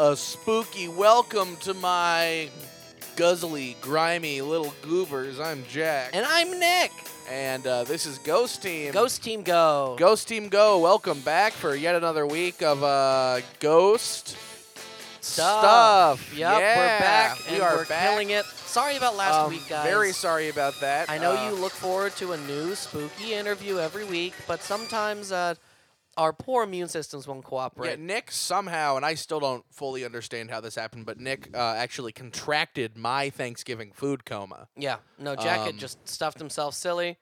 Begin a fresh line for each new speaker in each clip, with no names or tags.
a spooky welcome to my guzzly, grimy little goobers. I'm Jack.
And I'm Nick.
And uh, this is Ghost Team.
Ghost Team Go.
Ghost Team Go. Welcome back for yet another week of uh, Ghost
Stuff.
stuff.
Yep,
Yeah,
we're back
We
and
are
we're
back.
killing it. Sorry about last
Um,
week, guys.
Very sorry about that.
I know
Uh,
you look forward to a new spooky interview every week, but sometimes uh, our poor immune systems won't
Yeah,
cooperate.
Nick somehow, and I still don't fully understand how this happened, but Nick uh, actually contracted my Thanksgiving food coma.
Yeah. No, Jack
Um,
had just stuffed himself silly,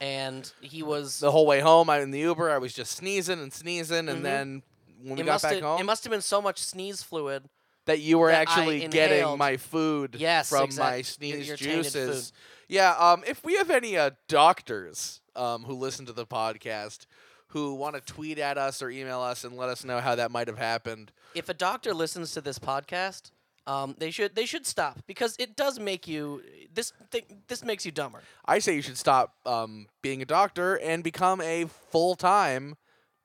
and he was.
The whole way home, I in the Uber, I was just sneezing and sneezing,
Mhm.
and then when we
it
got
must
back
have,
home,
it must have been so much sneeze fluid.
that you were
that I
actually getting
inhaled.
my food
Yes,
from
exact-
my
your-
sneeze
your tainted
juices. Yeah, um, if we have any uh, doctors um, who listen to the podcast who want to tweet at us or email us and let us know how that might have happened,
If a doctor listens to this podcast, um, they should they should stop because it does make you this thing, this makes you dumber.
I say you should stop um, being a doctor and become a full time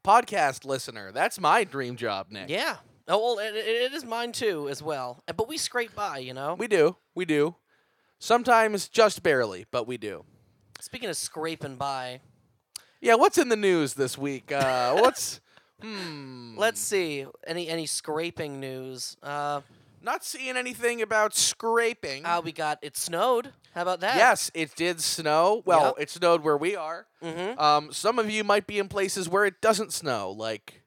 podcast listener. That's my dream job, Nick.
Yeah. Oh, well, it, it it is mine too, as well. Uh, But we scrape by, you know.
We do. We do. Sometimes just barely, but we do.
Speaking of scraping by,
Yeah, what's in the news this week? Uh, what's. Hmm.
let's see any any scraping news. Uh,
Not seeing anything about scraping.
ah, we got it snowed. How about that?
yes, it did snow. Well,
Yep.
it snowed where we are.
Mm-hmm.
Um, some of you might be in places where it doesn't snow, like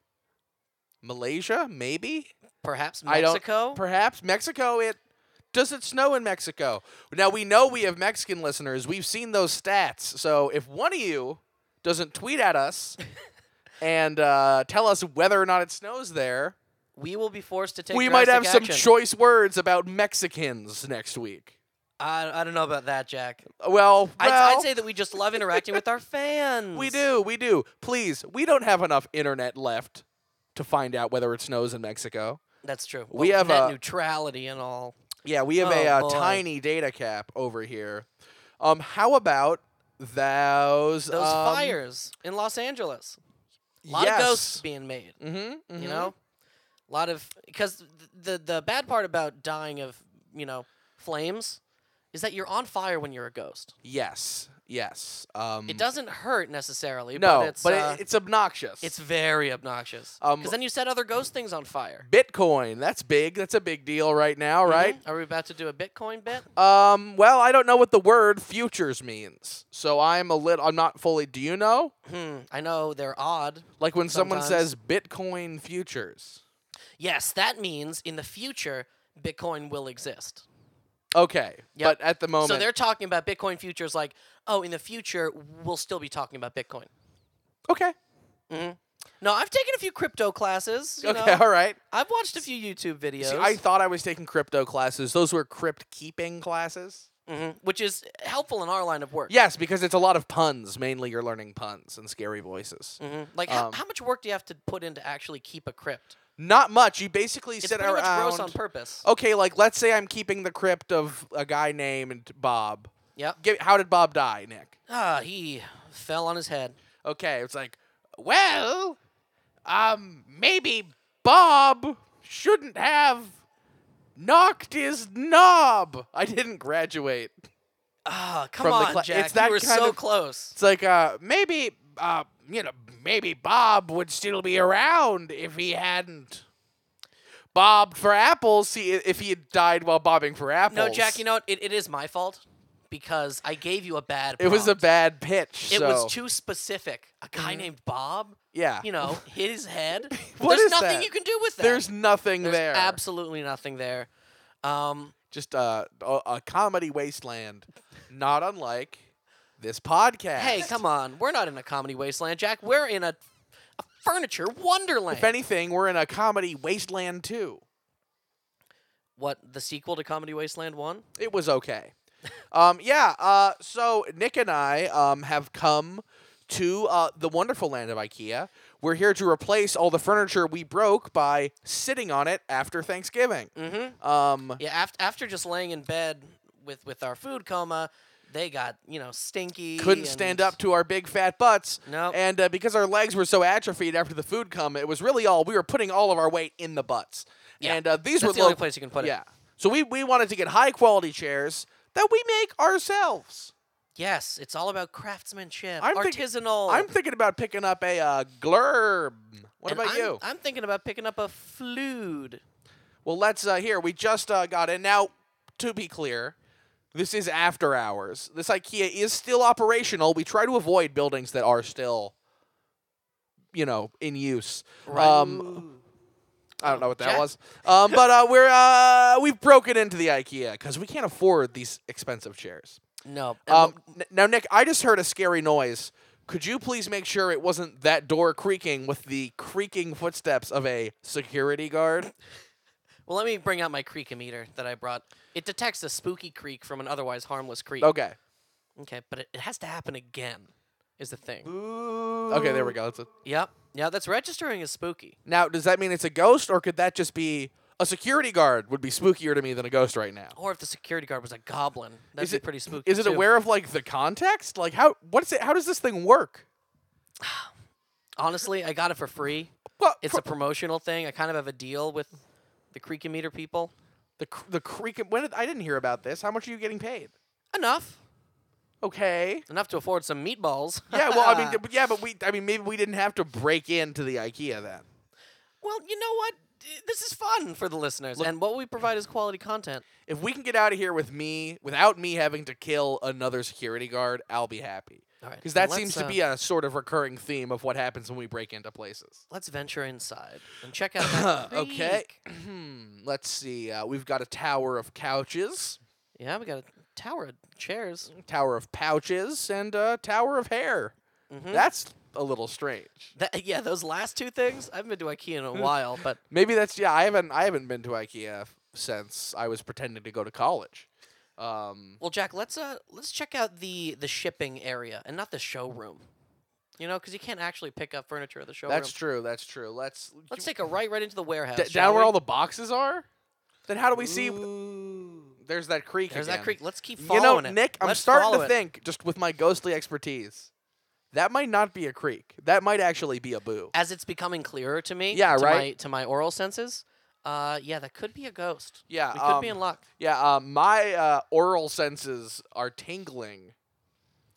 Malaysia, maybe?
Perhaps
I don't-
Mexico.
Perhaps Mexico. It doesn't snow in Mexico. Now, we know we have Mexican listeners. We've seen those stats. So if one of you doesn't tweet at us and uh, tell us whether or not it snows there,
we will be forced to take.
we might have
drastic
some
action.
choice words about Mexicans next week.
I, I don't know about that, Jack.
Well,
I'd,
well,
I'd say that we just love interacting with our fans.
We do, we do. Please, we don't have enough internet left to find out whether it snows in Mexico.
That's true.
We
Well,
have
net
a-
neutrality and all.
Yeah, we have
Oh,
a uh,
boy.
tiny data cap over here. Um, how about those
Those
um,
fires in Los Angeles. A lot
yes.
of ghosts being made.
Mm-hmm,
You know, a lot of because the the bad part about dying of you know flames is that you're on fire when you're a ghost.
Yes. Yes. Um,
It doesn't hurt necessarily.
No,
but it's
but it-
uh,
it's obnoxious.
it's very obnoxious. Because
Um,
then you set other ghost things on fire.
Bitcoin. That's big. That's a big deal right now, right?
Mhm. Are we about to do a Bitcoin bit?
Um, well, I don't know what the word futures means, so I'm a little. I'm not fully. Do you know?
Hmm. I know they're odd.
Like when someone
Sometimes.
says Bitcoin futures.
Yes, that means in the future Bitcoin will exist.
Okay,
Yep.
but at the moment,
So they're talking about Bitcoin futures like, oh, in the future we'll still be talking about Bitcoin.
okay.
No, I've taken a few crypto classes. You
Okay,
know?
all right.
I've watched a few YouTube videos,
See, I thought I was taking crypto classes. Those were crypt keeping classes.
Mhm. which is helpful in our line of work.
Yes, because it's a lot of puns. Mainly, you're learning puns and scary voices.
Mhm. Like, how,
Um,
how much work do you have to put in to actually keep a crypt?
Not much. You basically
It's
sit
pretty
around. Oh.
much gross on purpose.
okay, like let's say I'm keeping the crypt of a guy named Bob.
Yep.
Give, how did Bob die, Nick?
Ah, he fell on his head.
Okay, it's like, well, um, maybe Bob shouldn't have knocked his knob. I didn't graduate.
Ah, come
From the
on,
cla-
Jack.
it's that
you were
kind
so
of-
close.
It's like, uh, maybe, uh, you know, maybe Bob would still be around if he hadn't bobbed for apples. See, if he had died while bobbing for apples.
No, Jack. You know what? It, it is my fault because I gave you a bad.
It was a
prompt.
bad pitch.
It
so- Mm-hmm.
was too specific. A guy named Bob.
Yeah.
You know, hit his head.
What
There's
is
nothing
that?
you can do with that.
There's nothing
There's
there.
absolutely nothing there. Um,
Just uh, a, a comedy wasteland, not unlike this podcast.
hey, come on. We're not in a comedy wasteland, Jack. We're in a, a furniture wonderland.
If anything, we're in a comedy wasteland too.
what, the sequel to Comedy Wasteland 1?
It was okay. um, yeah. Uh, so Nick and I um, have come to uh, the wonderful land of IKEA. We're here to replace all the furniture we broke by sitting on it after Thanksgiving.
Mm hmm.
Um,
Yeah, after, after just laying in bed with, with our food coma, They got you know stinky.
couldn't
and-
stand up to our big fat butts.
Nope.
And uh, because our legs were so atrophied after the food come, it was really all we were putting all of our weight in the butts.
Yeah.
And uh, these
That's
were
the only
local-
place you can put it.
yeah. So we we wanted to get high quality chairs that we make ourselves.
Yes, it's all about craftsmanship,
I'm think-
artisanal.
I'm thinking about picking up a uh, glurb. What
And
about
I'm-
you?
I'm thinking about picking up a flude.
Well, let's uh, here. We just uh, got it. Now, to be clear, this is after hours. This IKEA is still operational. We try to avoid buildings that are still, you know, in use. Um, I don't know what that
Jack?
was. Um, but uh, we're uh, we've broken into the IKEA because we can't afford these expensive chairs.
no. and
Um, n- now, Nick, I just heard a scary noise. Could you please make sure it wasn't that door creaking with the creaking footsteps of a security guard?
Well, let me bring out my creek meter that I brought. It detects a spooky creek from an otherwise harmless creek.
Okay.
Okay, but it, it has to happen again, is the thing.
Okay, there we go. That's it.
Yep. Yeah, that's registering as spooky.
Now, does that mean it's a ghost, or could that just be a security guard? Would be spookier to me than a ghost right now.
Or if the security guard was a goblin, that'd
Is
be
it-
pretty spooky.
Is it
too.
aware of like the context? Like how? What's it? How does this thing work?
Honestly, I got it for free.
Well,
It's a promotional thing. I kind of have a deal with the creek meter people.
the cr- the creak. When did, I didn't hear about this. How much are you getting paid?
Enough.
Okay.
Enough to afford some meatballs.
Yeah. Well, I mean, th- but yeah, but we. I mean, maybe we didn't have to break into the IKEA then.
well, you know what? D- This is fun for the listeners. and what we provide is quality content.
If we can get out of here with me without me having to kill another security guard, I'll be happy.
All right,
Because that
let's,
seems
uh,
to be a sort of recurring theme of what happens when we break into places.
Let's venture inside and check out that creek.
Okay. Let's see. Uh, we've got a tower of couches,
Yeah, we got a tower of chairs.
tower of pouches, and a tower of hair.
Mm-hmm.
That's a little strange.
That, yeah, those last two things. I haven't been to IKEA
Hmm.
in a while, but
Maybe that's yeah. I haven't I haven't been to IKEA f- since I was pretending to go to college. Um,
well, Jack, let's uh let's check out the the shipping area and not the showroom. You know, because you can't actually pick up furniture at the showroom.
that's true. That's true. Let's,
let's take a right right into the warehouse.
d- down where all the boxes are. Then how do we see? There's that creek.
there's
again.
that creek. Let's keep
You know,
following it.
Nick, I'm
Let's
starting
follow
to
it.
think just with my ghostly expertise, that might not be a creek. That might actually be a boo.
as it's becoming clearer to me.
Yeah,
to
right.
My, to my oral senses. Uh, yeah, that could be a ghost.
Yeah,
we could be
um,
in luck
Yeah, uh, my uh, oral senses are tingling.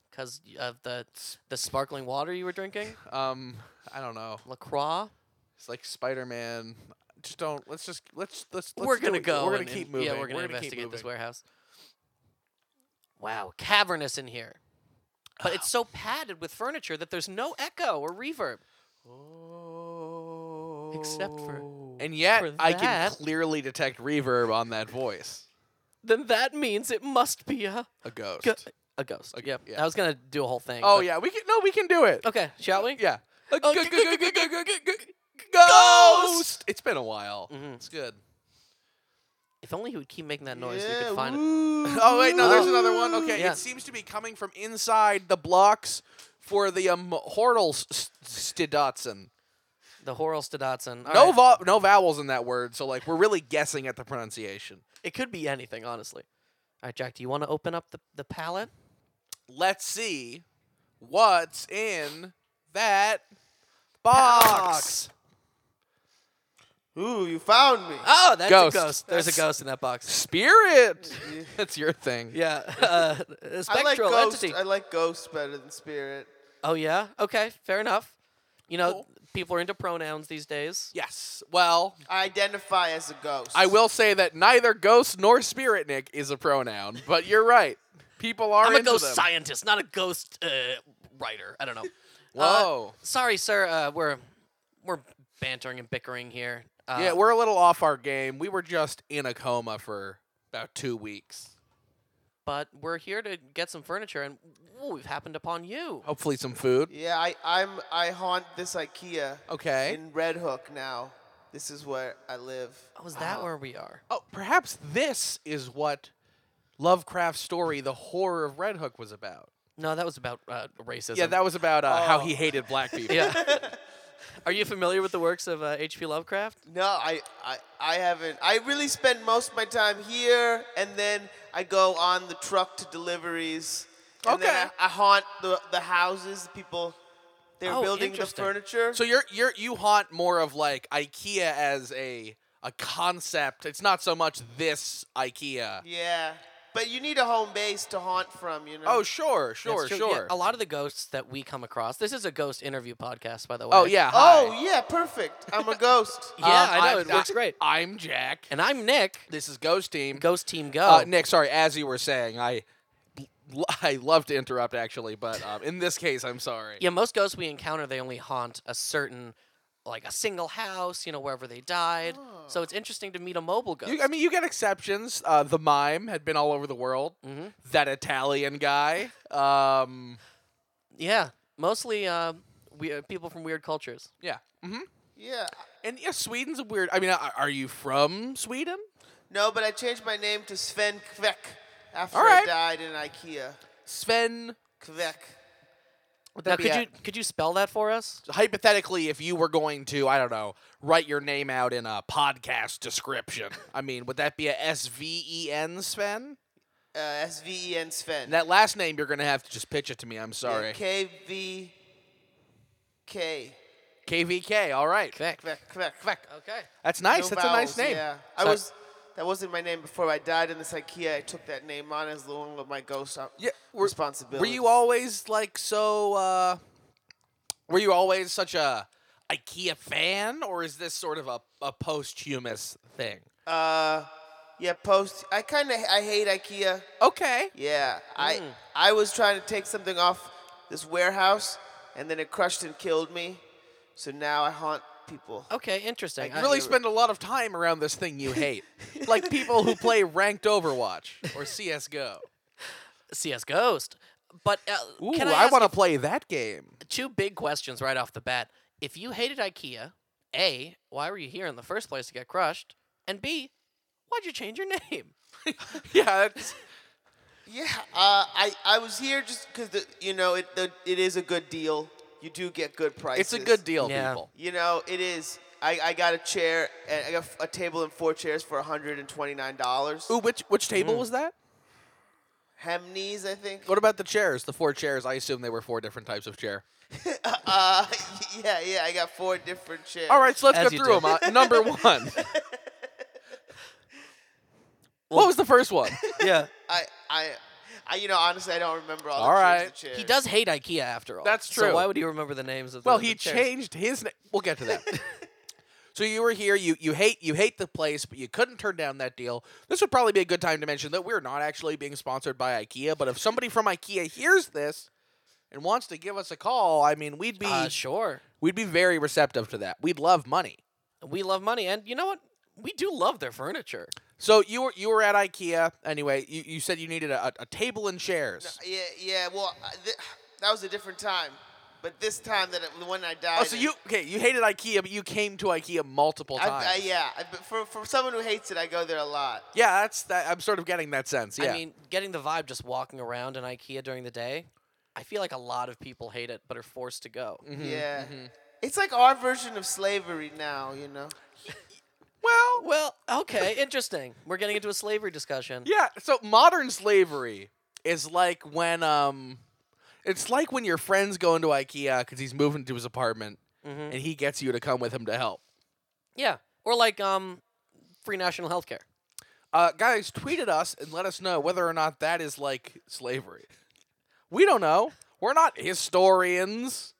because of the the sparkling water you were drinking,
Um, I don't know.
Lacroix.
It's like Spider Man. Just don't. Let's just let's let's. let's
we're
do
gonna
it.
go.
We're gonna
and-
keep
and-
moving.
Yeah, we're gonna,
keep
investigate this
moving.
warehouse. Wow, cavernous in here, but it's so padded with furniture that there's no echo or reverb. Except for-
And yet,
for
I can
that.
clearly detect reverb on that voice.
Then that means it must be a
A ghost.
go- a ghost. Yep.
yeah.
I was gonna do a whole thing.
oh
but-
yeah, we can. No, we can do it.
Okay, shall we?
Yeah. A
Oh,
go-
g-
go- go-
g-
go-
g- g-
go-
g-
go-
g-
go- Ghost. It's been a while.
Mhm.
It's good.
If only he would keep making that noise, we could find it.
Oh wait, no, there's
Oh.
another one. Okay,
Yeah.
it seems to be coming from inside the blocks for the um, Hortal s- s- Stidotson.
The Horrell Stadotson.
No, vo- no vowels in that word, so like we're really guessing at the pronunciation.
it could be anything, honestly. All right, Jack, do you want to open up the, the palette?
Let's see what's in that box.
Ooh, you found me.
Oh, that's
Ghost.
a ghost. There's a
That's-
ghost in that box.
Spirit. That's your thing.
Yeah, uh, a
I like
spectral
ghosts.
entity.
I like ghosts better than spirit.
Oh yeah. Okay. Fair enough. You know,
Cool.
people are into pronouns these days.
Yes. Well,
I identify as a ghost.
I will say that neither ghost nor spirit, Nick, is a pronoun. But you're right. People are
I'm a
into
ghost
them.
scientist, not a ghost uh, writer. I don't know. Uh,
Whoa.
sorry, sir. Uh, we're we're bantering and bickering here. Uh,
yeah, we're a little off our game. We were just in a coma for about two weeks.
but we're here to get some furniture, and ooh, we've happened upon you.
Hopefully, some food.
Yeah, I, I'm. I haunt this IKEA
Okay.
in Red Hook now. This is where I live.
Oh, is that where we are?
oh, perhaps this is what Lovecraft's story, The Horror of Red Hook, was about.
No, that was about uh, racism.
Yeah, that was about uh, how
Oh.
he hated black people.
Yeah. are you familiar with the works of uh, H.P. Lovecraft?
No, I, I, I haven't. I really spend most of my time here, and then I go on the truck to deliveries And then
Okay.
I, I haunt the the houses, the people. They're
Oh,
building the
interesting.
furniture.
So you're you're you haunt more of like IKEA as a a concept. It's not so much this IKEA.
yeah, but you need a home base to haunt from, you know.
Oh sure, sure,
That's true. Yeah,
sure.
a lot of the ghosts that we come across. This is a ghost interview podcast, by the way.
oh yeah. hi.
oh yeah, perfect. I'm a ghost.
Yeah, I know
I'm-
it works great.
I'm Jack.
And I'm Nick.
This is Ghost Team.
Ghost Team Go.
Uh, Nick, sorry, as you were saying, I I love to interrupt actually, but um, in this case, I'm sorry.
Yeah, most ghosts we encounter they only haunt a certain, like a single house, you know, wherever they died. So it's interesting to meet a mobile ghost.
Oh. You, I mean, you get exceptions. Uh, the mime had been all over the world. That Italian guy. Um,
yeah, mostly uh, we uh, people from weird cultures.
yeah. hmm
Yeah.
And yeah, Sweden's a weird. I mean, are, are you from Sweden?
No, but I changed my name to Sven Kvek after
All right.
I died in IKEA.
Sven.
Kvek.
Would
Now,
that be
could
a-
you could you spell that for us?
hypothetically, if you were going to, I don't know, write your name out in a podcast description, I mean, would that be a S V E N Sven?
Uh, S V E N Sven.
And that last name, you're going to have to just pitch it to me. I'm sorry.
K V K.
KVK. All right.
Kvek.
Kvek. Kvek.
Kvek.
Okay.
That's nice.
No
That's a nice
vowels,
name.
Yeah.
So-
I was. That wasn't my name before I died in this IKEA. I took that name on as the one with my ghost op-
Yeah, were-
responsibility.
Were you always like so? uh Were you always such a IKEA fan, or is this sort of a, a posthumous thing?
Uh, yeah. Post. I kind of. I hate IKEA.
Okay.
Yeah. I.
Hmm.
I was trying to take something off this warehouse, and then it crushed and killed me. So now I haunt
Oh.
people.
Okay. Interesting.
You
I-
really spend a lot of time around this thing you hate, like people who play ranked Overwatch or CS:GO.
CS Ghost. But uh,
Ooh,
can
I,
I,
want to
to.
play that game.
Two big questions right off the bat. If you hated IKEA, a why were you here in the first place to get crushed? And b why'd you change your name?
yeah, that's,
Yeah, uh, I I was here just because you know it the, it is a good deal. You do get good prices.
it's a good deal,
Yeah.
people.
You know it is. I, I got a chair and I got a table and four chairs for hundred and twenty nine dollars.
Ooh, which which table was that?
Hemneys, I think.
Mm. What about the chairs? The four chairs. I assume they were four different types of chair.
Uh, yeah, yeah. I got four different chairs.
All right, so let's go
As you
through
do.
them. number one. what was the first one?
Yeah.
I I. I, you know, honestly, I don't remember all,
All
the
right.
chairs and chairs.
He does hate IKEA after all.
That's
So
true.
why would he remember the names of? The,
Well,
the
he
chairs?
changed his name. We'll get to that. so you were here. You you hate you hate the place, but you couldn't turn down that deal. This would probably be a good time to mention that we're not actually being sponsored by IKEA. But if somebody from IKEA hears this and wants to give us a call, I mean, we'd be
Uh, sure.
we'd be very receptive to that. We'd love money.
We love money, and you know what? We do love their furniture.
So you were you were at IKEA anyway. You, you said you needed a, a, a table and chairs.
Yeah, yeah. Well, I- th- that was a different time, but this time that it- the one I died.
Oh, so
in-
you okay? You hated IKEA, but you came to IKEA multiple
I,
times.
I, uh, yeah, I, but for for someone who hates it, I go there a lot.
yeah, that's that. I'm sort of getting that sense. Yeah.
I mean, getting the vibe just walking around in IKEA during the day. I feel like a lot of people hate it, but are forced to go.
Mm-hmm,
Yeah. It's like our version of slavery now, you know?
well,
Well, okay, interesting. We're getting into a slavery discussion.
Yeah, so modern slavery is like when um it's like when your friend's going to IKEA cuz he's moving to his apartment and he gets you to come with him to help.
Yeah, or like um, free national health care.
Uh guys, tweet at us and let us know whether or not that is like slavery. We don't know. We're not historians.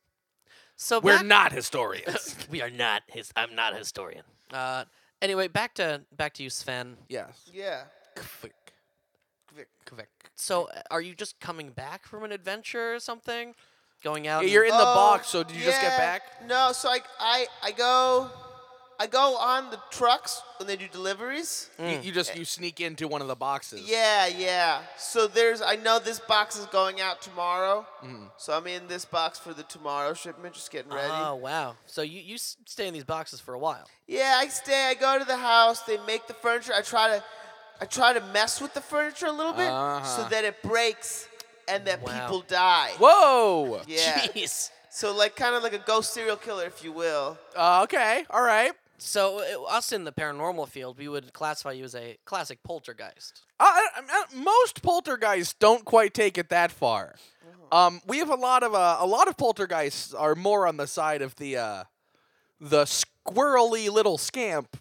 So
We're
back-
not historians.
We are not his. I'm not a historian. Uh, anyway, back to back to you, Sven.
yes.
Yeah.
Quick.
Quick.
Quick.
So, uh, are you just coming back from an adventure or something? Going out? and-
You're in the
Oh,
box, so did you just get
yeah.
back?
No, so I, I, I go I go on the trucks when they do deliveries.
You, you just you sneak into one of the boxes.
Hmm. Yeah, yeah. So there's I know this box is going out tomorrow.
Mm-hmm.
So I'm in this box for the tomorrow shipment, just getting ready.
Oh wow! So you you s- stay in these boxes for a while.
Yeah, I stay. I go to the house. They make the furniture. I try to, I try to mess with the furniture a little bit
Uh-huh.
so that it breaks and that
Wow.
people die.
Whoa.
Yeah.
Jeez.
So like kind of like a ghost serial killer, if you will.
Uh, okay. All right.
So uh, us in the paranormal field, we would classify you as a classic poltergeist.
Uh, I, I, I, most poltergeists don't quite take it that far.
Mm-hmm.
Um, we have a lot of uh, a lot of poltergeists are more on the side of the uh, the squirrely little scamp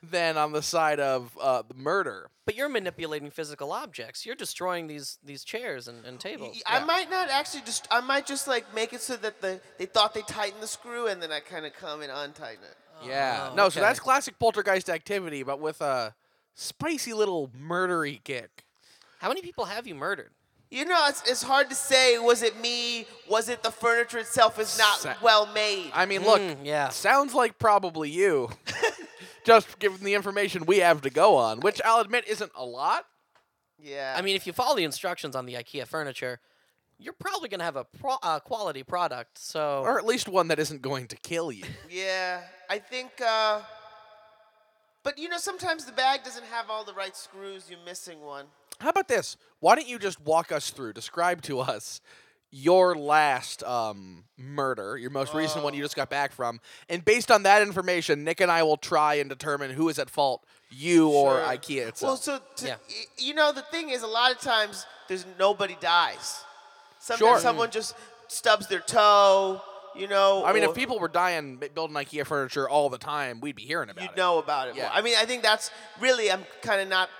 than on the side of uh, the murder.
But you're manipulating physical objects. You're destroying these these chairs and, and tables.
I might not actually just. I might just like make it so that the they thought they tightened the screw, and then I kind of come and untighten it.
yeah,
Oh,
no. So
okay.
that's classic poltergeist activity, but with a spicy little murdery kick.
How many people have you murdered?
You know, it's, it's hard to say. Was it me? Was it the furniture itself is not
Sa-
well made?
I mean, look,
Hmm.
Mm, yeah.
sounds like probably you. Just given the information we have to go on, which I'll admit isn't a lot.
yeah.
I mean, if you follow the instructions on the IKEA furniture, you're probably gonna have a pro- uh, quality product. So
or at least one that isn't going to kill you.
yeah. I think. Uh, but you know, sometimes the bag doesn't have all the right screws. You're missing one.
How about this? Why don't you just walk us through, describe to us your last um, murder, your most recent one you just got back from, and based on that information, Nick and I will try and determine who is at fault, you or
Sure.
IKEA
Well,
itself.
so to,
Yeah.
y- you know, the thing is, a lot of times there's nobody dies. Sometimes
Sure.
someone just stubs their toe. You know.
I mean,
or-
if people were dying b- building IKEA furniture all the time, we'd be hearing about
you'd
it.
know about it.
Yeah.
More. I mean, I think that's really I'm kind of not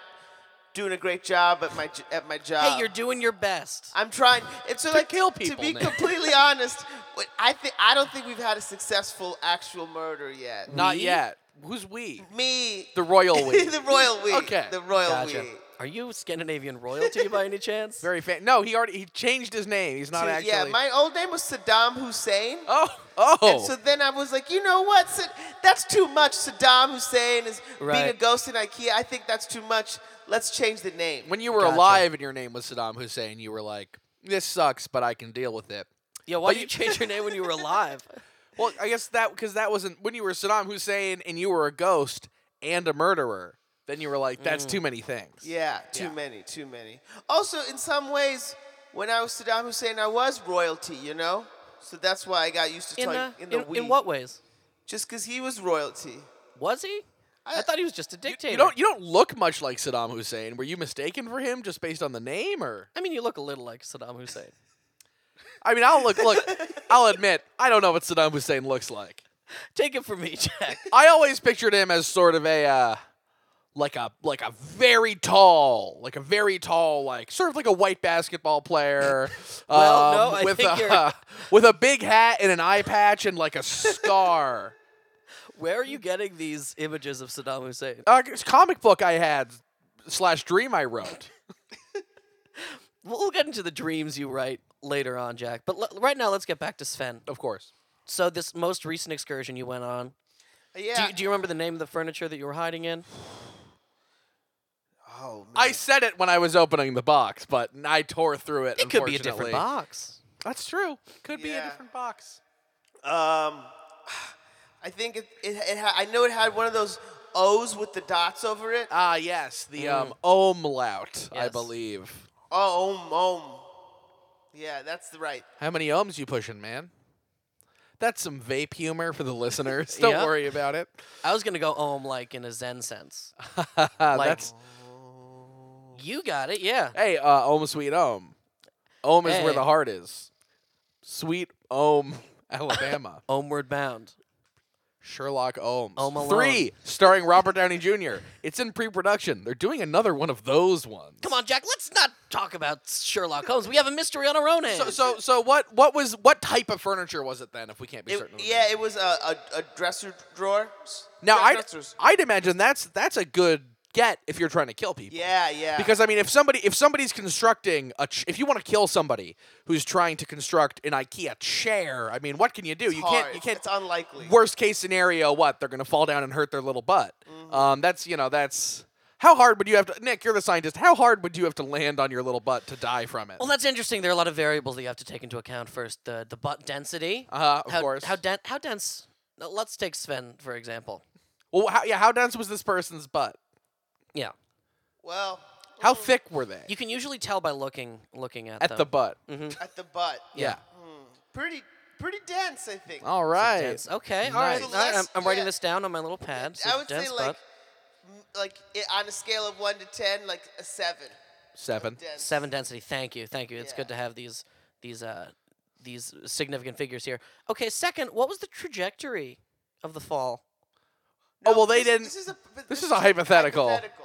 doing a great job at my j- at my job.
uh,
hey, you're doing your best.
I'm trying. And so,
To
like,
kill
To
people,
be
Nick.
completely honest, what I think I don't think we've had a successful actual murder yet.
Not
We?
yet. Who's we?
Me.
The royal we.
the royal we.
Okay.
The royal
Gotcha.
we.
Are you Scandinavian royalty by any chance?
Very fan. No, he already he changed his name. He's not
So,
actually.
Yeah, my old name was Saddam Hussein.
oh, oh.
And so then I was like, you know what? Sa- That's too much. Saddam Hussein is being a
Right.
ghost in IKEA. I think that's too much. Let's change the name.
when you were
Gotcha.
alive and your name was Saddam Hussein, you were like, "This sucks, but I can deal with it."
Yeah, why
But
did
you-
you change your name when you were alive?
Well, I guess that because that wasn't when you were Saddam Hussein and you were a ghost and a murderer. Then you were like, "That's too many things."
Yeah,
Mm.
too
Yeah.
many, too many. Also, in some ways, when I was Saddam Hussein, I was royalty, you know? So that's why I got used to
In,
talking
uh,
in the
in, in
we.
what ways?
Just because he was royalty.
Was he? I,
I-
thought he was just a dictator.
You don't you don't look much like Saddam Hussein. Were you mistaken for him just based on the name, or
I mean, you look a little like Saddam Hussein.
I mean, I'll look look. I'll admit, I don't know what Saddam Hussein looks like.
Take it from me, Jack.
I always pictured him as sort of a uh, like a like a very tall, like a very tall, like sort of like a white basketball player.
Well, no,
um,
I
with
think
a,
you're-
with a big hat and an eye patch and like a scar.
Where are you getting these images of Saddam Hussein?
uh, it's a comic book I had slash dream I wrote.
We'll we'll get into the dreams you write later on, Jack. But l- right now, let's get back to Sven.
Of course,
So, this most recent excursion you went on, do
Yeah.
you, do you remember the name of the furniture that you were hiding in?
oh, man.
I said it when I was opening the box, but I tore through it.
It could be a different
unfortunately.
box.
That's true. Could be a
Yeah.
different box.
Um, I think it, it, it ha- I know it had one of those O's with the dots over it.
Ah, yes, the um, umlaut, I
Yes.
believe.
Oh, om, om. Yeah, that's the right.
How many ohms you pushing, man? That's some vape humor for the listeners. Don't
Yep.
worry about it.
I was going to go om like in a Zen sense.
That's
You got it, yeah.
hey, uh, ohm sweet ohm. Ohm is where
Hey.
the heart is. Sweet ohm, Alabama.
Omward bound.
Sherlock Ohms.
Home Alone.
Three, starring Robert Downey Jr. It's in pre-production. They're doing another one of those ones.
Come on, Jack. Let's not talk about Sherlock Holmes. We have a mystery on our own hands.
So, so, so what? What was? What type of furniture was it then? If we can't be
It,
certain. of the name?
yeah, it was a, a, a dresser drawer. S-
Now
dre-
I'd,
dressers.
I'd imagine that's that's a good get if you're trying to kill people.
Yeah, yeah.
Because I mean, if somebody if somebody's constructing a ch- if you want to kill somebody who's trying to construct an IKEA chair, I mean, what can you do? you can't.
Hard.
You can't.
It's unlikely.
worst case scenario, what they're gonna fall down and hurt their little butt.
Mm-hmm.
Um, that's you know that's how hard would you have to Nick? You're the scientist. How hard would you have to land on your little butt to die from it?
well, that's interesting. There are a lot of variables that you have to take into account first. The the butt density.
Uh-huh, of
how,
course.
How, den- how dense? uh, Let's take Sven, for example.
Well, how, yeah, how dense was this person's butt?
Yeah.
Well,
How
Mm-hmm.
thick were they
You can usually tell by looking looking at
at
them.
Mm-hmm.
the butt?
at the butt.
Yeah.
Pretty pretty dense, I think.
Oh,
All right.
Oh,
Dense. Okay, all right.
Nice.
all right, I'm, I'm writing
Yeah.
this down on my little pad. So
I would
dense
say like,
but
m- like it, on a scale of one to ten, like a seven.
Seven.
Dense.
seven density. Thank you, thank you. It's good to
Yeah.
have these these uh these significant figures here. Okay, second, what was the trajectory of the fall?
Oh, well, they
this,
didn't-
This is a, but
this is a hypothetical.
hypothetical.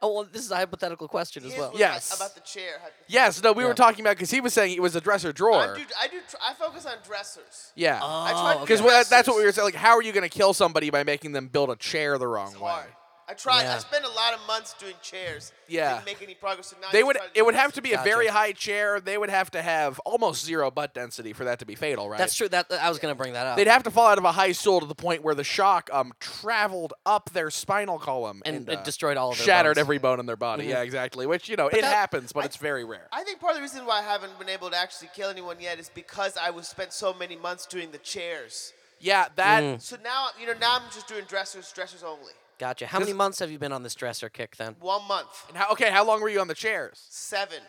Oh, well, this is a hypothetical question as
His
well.
was
Yes.
about the chair. hypothetical.
Yes. No, we
Yeah.
were talking about because he was saying it was a dresser drawer.
I do. I do. Tr- I focus on dressers.
yeah.
I tried
Oh,
to
Because
do dressers.
that's what we were saying. Like, how are you going to kill somebody by making them build a chair the wrong
It's
way?
hard. I tried.
Yeah.
I spent a lot of months doing chairs.
Yeah.
Didn't make any progress. So now I
They
just
would.
try to do
It would have to be a
Gotcha.
very high chair. They would have to have almost zero butt density for that to be fatal, right?
That's true. That I was gonna bring that up.
They'd have to fall out of a high stool to the point where the shock um traveled up their spinal column
and
and,
it
uh,
destroyed all of their
shattered
bones. Mm-hmm.
every bone in their body. Yeah, exactly. Which you know it
that-
happens, but it's very rare.
I think part of the reason why I haven't been able to actually kill anyone yet is because I was spent so many months doing the chairs.
yeah, that
Mm.
So now you know now I'm just doing dressers, dressers only.
Gotcha. How many months have you been on this dresser kick then?
One month,
And how, okay, how long were you on the chairs?
seven.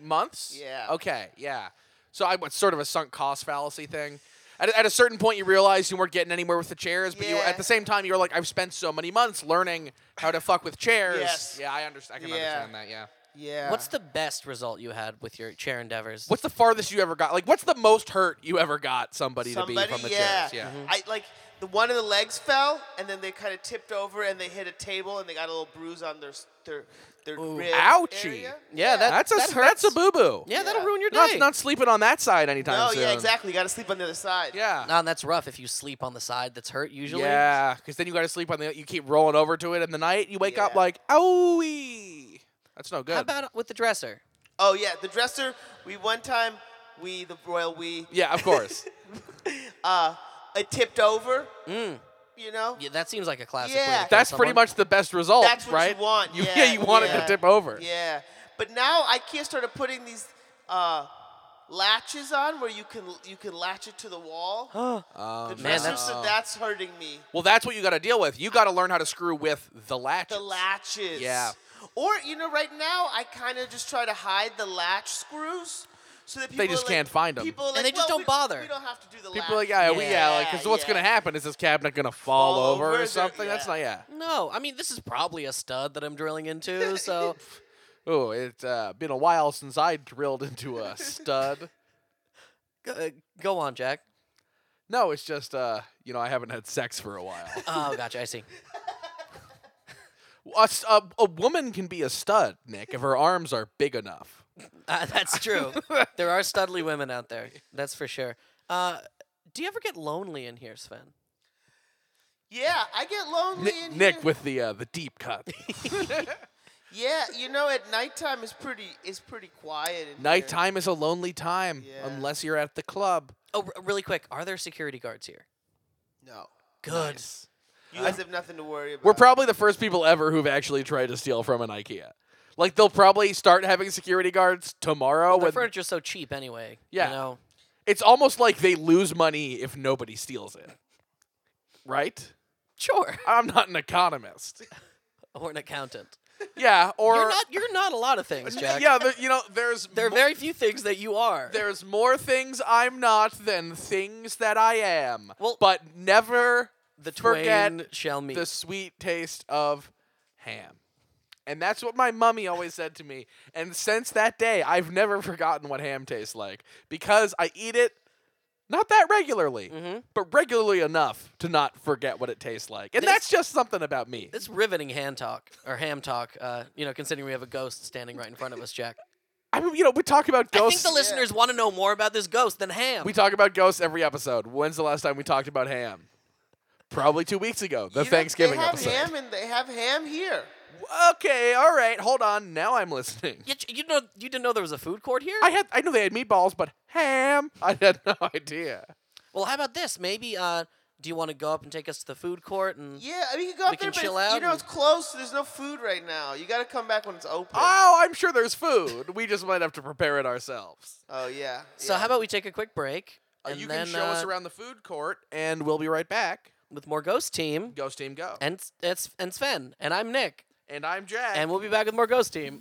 Months?
Yeah.
Okay, yeah. So I it's sort of a sunk cost fallacy thing. At, at a certain point, you realized you weren't getting anywhere with the chairs, but you were,
Yeah.
at the same time, you were like, I've spent so many months learning how to fuck with chairs.
Yes.
Yeah, I understand. I can
Yeah.
understand that, yeah.
Yeah.
What's the best result you had with your chair endeavors?
What's the farthest you ever got? Like, what's the most hurt you ever got somebody, to
somebody?
be from the
yeah. Mm-hmm.
chairs? Yeah. Mm-hmm.
I like the one of the legs fell, and then they kind of tipped over, and they hit a table, and they got a little bruise on their s- their their rib
Ouchie.
area.
Yeah, that-
That's a
that
that's a
hurts.
boo boo.
yeah, that'll
Yeah.
ruin your day.
Not, not sleeping on that side anytime
No,
soon.
Oh, yeah, exactly. You got to sleep on the other side.
Yeah.
No, and that's rough if you sleep on the side that's hurt usually.
Yeah, because then you got to sleep on the. You keep rolling over to it in the night. You wake up
Yeah.
like, owie. That's no good.
How about with the dresser?
Oh yeah, the dresser. We one time, we the royal we.
yeah, of course.
Uh, it tipped over. You know.
Yeah, that seems like a classic. Way to
Yeah.
kill
That's pretty
someone.
much the best result,
That's what
Oh, right?
you want.
You,
yeah,
you want it
yeah,
to tip over.
Yeah, but now IKEA started putting these uh, latches on where you can you can latch it to the wall.
Um, Oh,
the
man,
dresser,
that's-
so that's hurting me.
uh, Well, that's what you got to deal with. You got to learn how to screw with the latches.
The latches.
Yeah.
Or you know, right now I kind of just try to hide the latch screws. So that people
just
are like-
can't find 'em.
People are
And
like,
they just
"Well,
don't
we-
bother."
We don't have to do the
People are like,
latch."
yeah, we, yeah, like, because what's
yeah.
going to happen? Is this cabinet going to fall,
Fall
over,
over,
or
they're-
something? That's
yeah.
not, yeah.
No, I mean this is probably a stud that I'm drilling into. So
Oh, it's uh, been a while since I drilled into a stud.
go, uh, go on, Jack.
No, it's just, uh, you know, I haven't had sex for a while.
Oh, gotcha. I see.
A, s- a- a woman can be a stud, Nick, if her arms are big enough.
Uh, that's true. there are studly women out there. That's for sure. Uh, do you ever get lonely in here, Sven?
Yeah, I get lonely
Ni-
in
Nick
here.
with the uh, the deep cut.
Yeah, you know, at nighttime it's pretty it's pretty quiet. In
Nighttime is a lonely time
Yeah.
unless you're at the club.
Oh, r- really quick. Are there security guards here?
Here. No,
Good.
you guys have nothing to worry about.
We're probably the first people ever who've actually tried to steal from an IKEA. Like they'll probably start having security guards tomorrow.
The
when-
furniture's so cheap anyway.
Yeah.
You know.
it's almost like they lose money if nobody steals it. Right?
Sure.
I'm not an economist.
Or an accountant.
Yeah, or
you're not. You're not a lot of things, Jack.
yeah, the, you know, there's
There are
mo-
very few things that you are.
There's more things I'm not than things that I am.
Well-
but never
the
forget
twain shall meet.
the sweet taste of ham. And that's what my mummy always said to me. And since that day, I've never forgotten what ham tastes like because I eat it not that regularly, but regularly enough to not forget what it tastes like. And
This-
that's just something about me.
It's riveting hand talk or ham talk. Uh, you know, considering we have a ghost standing right in front of us, Jack.
I mean, you know, we talk about
I think
ghosts.
the listeners want to know more about this ghost than ham.
we talk about ghosts every episode. When's the last time we talked about ham? Probably two weeks ago, the
You know,
Thanksgiving
They have
episode.
ham and they have ham here.
Okay, all right, hold on. Now I'm listening.
you, you know, you didn't know there was a food court here.
I had I knew they had meatballs, but ham. I had no idea.
well, how about this? Maybe. Uh, do you want to go up and take us to the food court and?
Yeah, I mean you go up
We
there,
can
but
chill
it's-
out
you know
and-
it's closed. So there's no food right now. You got to come back when it's open.
Oh, I'm sure there's food. We just might have to prepare it ourselves.
Oh yeah.
So
yeah.
how about we take a quick break?
Uh,
and
you
then,
can show us
uh,
around the food court, and we'll be right back.
with more Ghost Team
Ghost Team Go.
and S- it's and Sven and I'm Nick
And I'm Jack.
and we'll be back with more Ghost Team.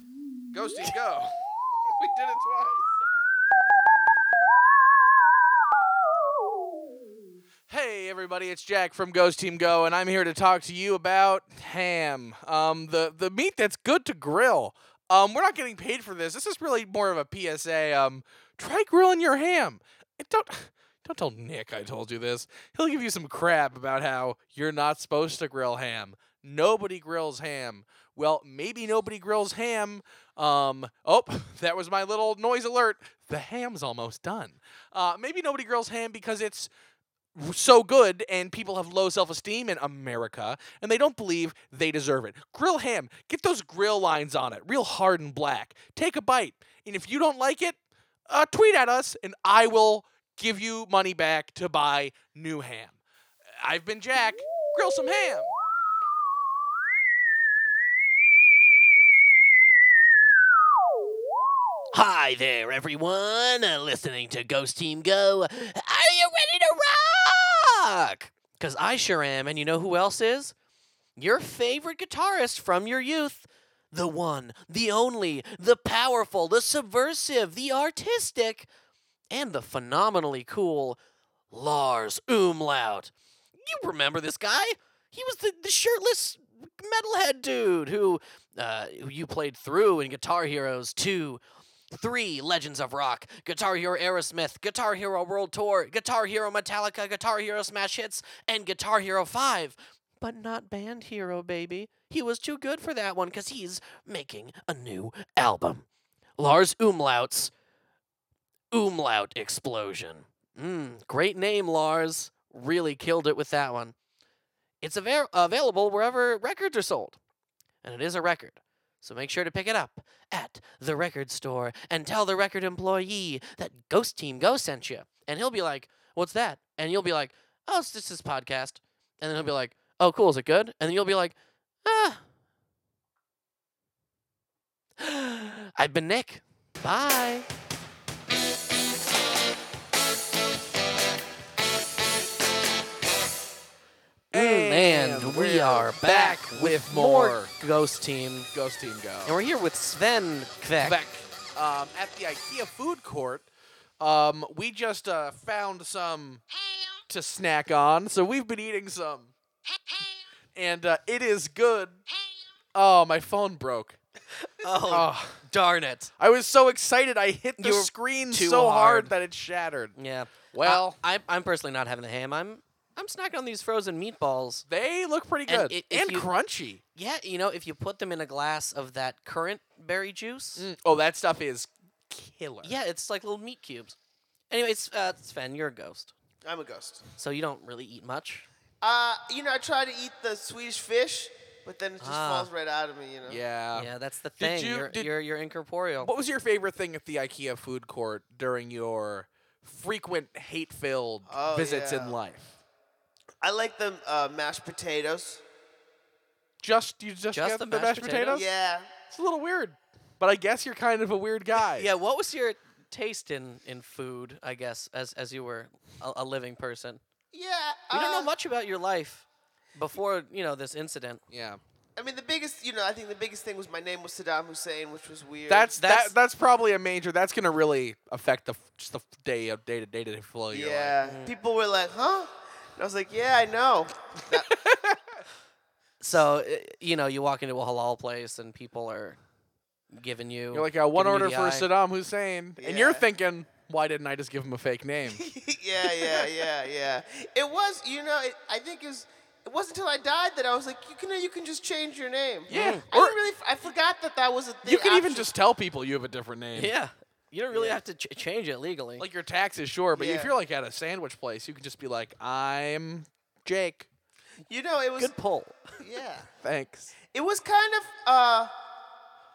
Ghost Team Go. we did it twice. Hey everybody, it's Jack from Ghost Team Go, and I'm here to talk to you about ham. Um, the the meat that's good to grill. Um, we're not getting paid for this. This is really more of a PSA. Um, try grilling your ham. And don't don't tell Nick I told you this. He'll give you some crap about how you're not supposed to grill ham. Nobody grills ham. Well, maybe nobody grills ham. Um, oh, that was my little noise alert. The ham's almost done. Uh, maybe nobody grills ham because it's w- so good and people have low self-esteem in America and they don't believe they deserve it. Grill ham, get those grill lines on it, real hard and black. Take a bite. And if you don't like it, uh, tweet at us and I will give you money back to buy new ham. I've been Jack. Grill some ham.
Hi there, everyone uh, listening to Ghost Team Go. Are you ready to rock? Because I sure am, and you know who else is? Your favorite guitarist from your youth. The one, the only, the powerful, the subversive, the artistic, and the phenomenally cool Lars Umlaut. You remember this guy? He was the, the shirtless metalhead dude who, uh, who you played through in Guitar Heroes 2 three Legends of Rock Guitar Hero Aerosmith, Guitar Hero World Tour, Guitar Hero Metallica, Guitar Hero Smash Hits, and Guitar Hero 5. But not Band Hero, baby. He was too good for that one because he's making a new album. Lars Umlaut's Umlaut Explosion. Mm, great name, Lars. Really killed it with that one. It's avail- available wherever records are sold. And it is a record. So make sure to pick it up at the record store and tell the record employee that Ghost Team Go sent you. And he'll be like, What's that? And you'll be like, Oh, it's just this podcast. And then he'll be like, Oh, cool. Is it good? And then you'll be like, Ah. I've been Nick. Bye. Mm, and
And
we
we're
are back with more
more.
Ghost Team.
Ghost team go.
And we're here with Sven Kvek.
Back, um, at the IKEA food court. Um, we just uh, found some to snack on, so we've been eating some, and uh, it is good. Oh, my phone broke.
Oh,
Oh,
darn it.
I was so excited, I hit the
You were
screen
too
so
hard.
hard that it shattered.
Yeah.
Well-
I, I, I'm personally not having the ham. I'm I'm snacking on these frozen meatballs.
They look pretty
And
good
i- if
and
you-
crunchy.
Yeah, you know, if you put them in a glass of that currant berry juice,
Oh, that stuff is killer.
Mm. yeah, it's like little meat cubes. Anyways, uh, Sven, you're a ghost,
I'm a ghost.
so you don't really eat much.
Uh, you know, I try to eat the Swedish fish, but then it just
Ah.
falls right out of me. You know.
Yeah.
yeah, that's the
Uh, did
thing.
you-
you're,
did-
you're you're incorporeal.
What was your favorite thing at the IKEA food court during your frequent hate-filled
Oh,
visits
yeah.
in life?
I like the uh, mashed potatoes.
Just you just,
Just
got
the
the,
mashed
mashed,
potatoes?
potatoes?
Yeah.
It's a little weird, but I guess you're kind of a weird guy.
yeah, what was your taste in in food? I guess as as you were a, a living person,
Yeah.
we don't know
uh,
much about your life before you know this incident.
yeah.
I mean, the biggest, you know, I think the biggest thing was my name was Saddam Hussein, which was weird.
That's,
That's-
that. That's probably a major. That's gonna really affect the f- just the f- day of day to day to day flow. of your life.
yeah. People were like, "Huh?" And I was like, "Yeah, I know."
So uh, you know, you walk into a halal place and people are giving you.
You're like, I one
giving you
order
the
for
eye.
Saddam Hussein, and you're
Yeah.
thinking, why didn't I just give him a fake name?
yeah, yeah, yeah, yeah. It was, you know, it, I think it was. It wasn't until I died that I was like, "You can, you can just change your name."
Yeah,
I
or-
didn't really. f- I forgot that that was a thing.
you can even just tell people you have a different name.
Yeah, you don't really have to ch- change it legally.
Like your taxes, sure, but
Yeah.
if you're like at a sandwich place, you can just be like, I'm Jake.
You know, it was.
good pull.
Yeah.
Thanks.
It was kind of uh,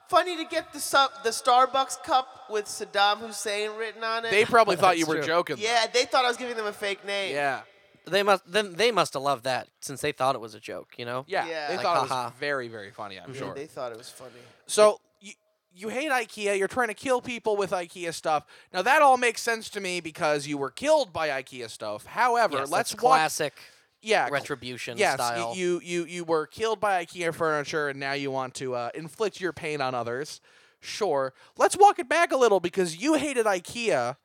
funny to get the sub, the Starbucks cup with Saddam Hussein written on it.
They probably thought you
That's
were
true.
joking. though.
yeah, they thought I was giving them a fake name.
Yeah.
They must then they must have loved that since they thought it was a joke. You know.
Yeah.
Yeah.
They
Like,
thought it
haha.
was very, very funny, I'm
Yeah,
sure.
They thought it was funny.
So you, you hate IKEA. You're trying to kill people with IKEA stuff. Now, that all makes sense to me because you were killed by IKEA stuff. However,
Yes,
let's
that's
watch.
classic
Yeah. cl-
retribution
yes, y-
style.
you you you were killed by IKEA furniture, and now you want to uh, inflict your pain on others. Sure, let's walk it back a little because you hated IKEA,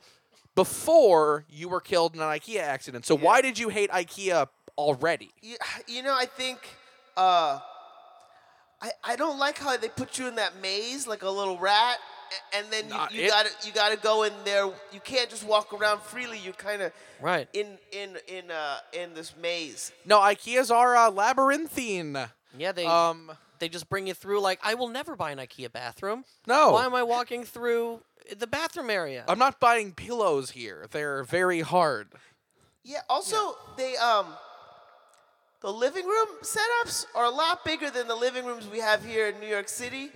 before you were killed in an IKEA accident. So
Yeah.
why did you hate IKEA already?
You, you know, I think uh, I I don't like how they put you in that maze like a little rat, a- and then
Not it.
you, you gotta you gotta go in there. You can't just walk around freely. You're kind of
Right.
in in in uh in this maze.
No, IKEAs are uh, labyrinthine.
Yeah, they
Um,
they just bring you through like I will never buy an IKEA bathroom.
No.
Why am I walking through the bathroom area?
Oh. I'm not buying pillows here. They're very hard.
Yeah. Also, they um. The living room setups are a lot bigger than the living rooms we have here in New York City.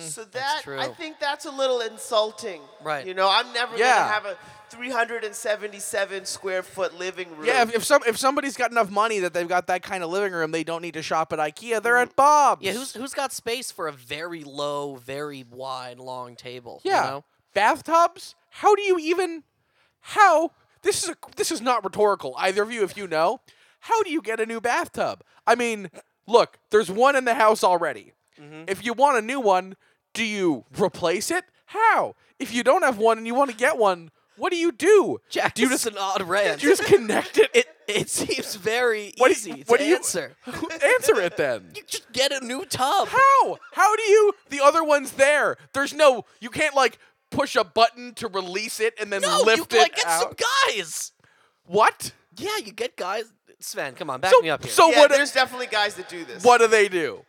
So that I
true.
think that's a little insulting.
Right.
You know, I'm never
Yeah.
gonna have a 377 square foot living room.
Yeah, if, if some if somebody's got enough money that they've got that kind of living room, they don't need to shop at IKEA. They're at Bob's.
yeah, who's who's got space for a very low, very wide, long table? you
yeah
know?
bathtubs? How do you even? How this is a this is not rhetorical. Either of you, if you know, how do you get a new bathtub? I mean, look, there's one in the house already.
Mm-hmm.
If you want a new one, do you replace it? How? If you don't have one and you want to get one, what do you do?
Jack,
do you
this is
just
an odd
do
rant.
you just connect it?
it it seems very
What do
easy
you-
to
what do you-
answer.
Answer it then.
You just get a new tub.
How? How do you? The other one's there. There's no. You can't like push a button to release it and then
No, you
lift it
like get
out.
some guys.
what?
Yeah, you get guys. Sven, come on, back
So-
me up here.
so-
Yeah,
what-
there's definitely guys that do this.
What do they do?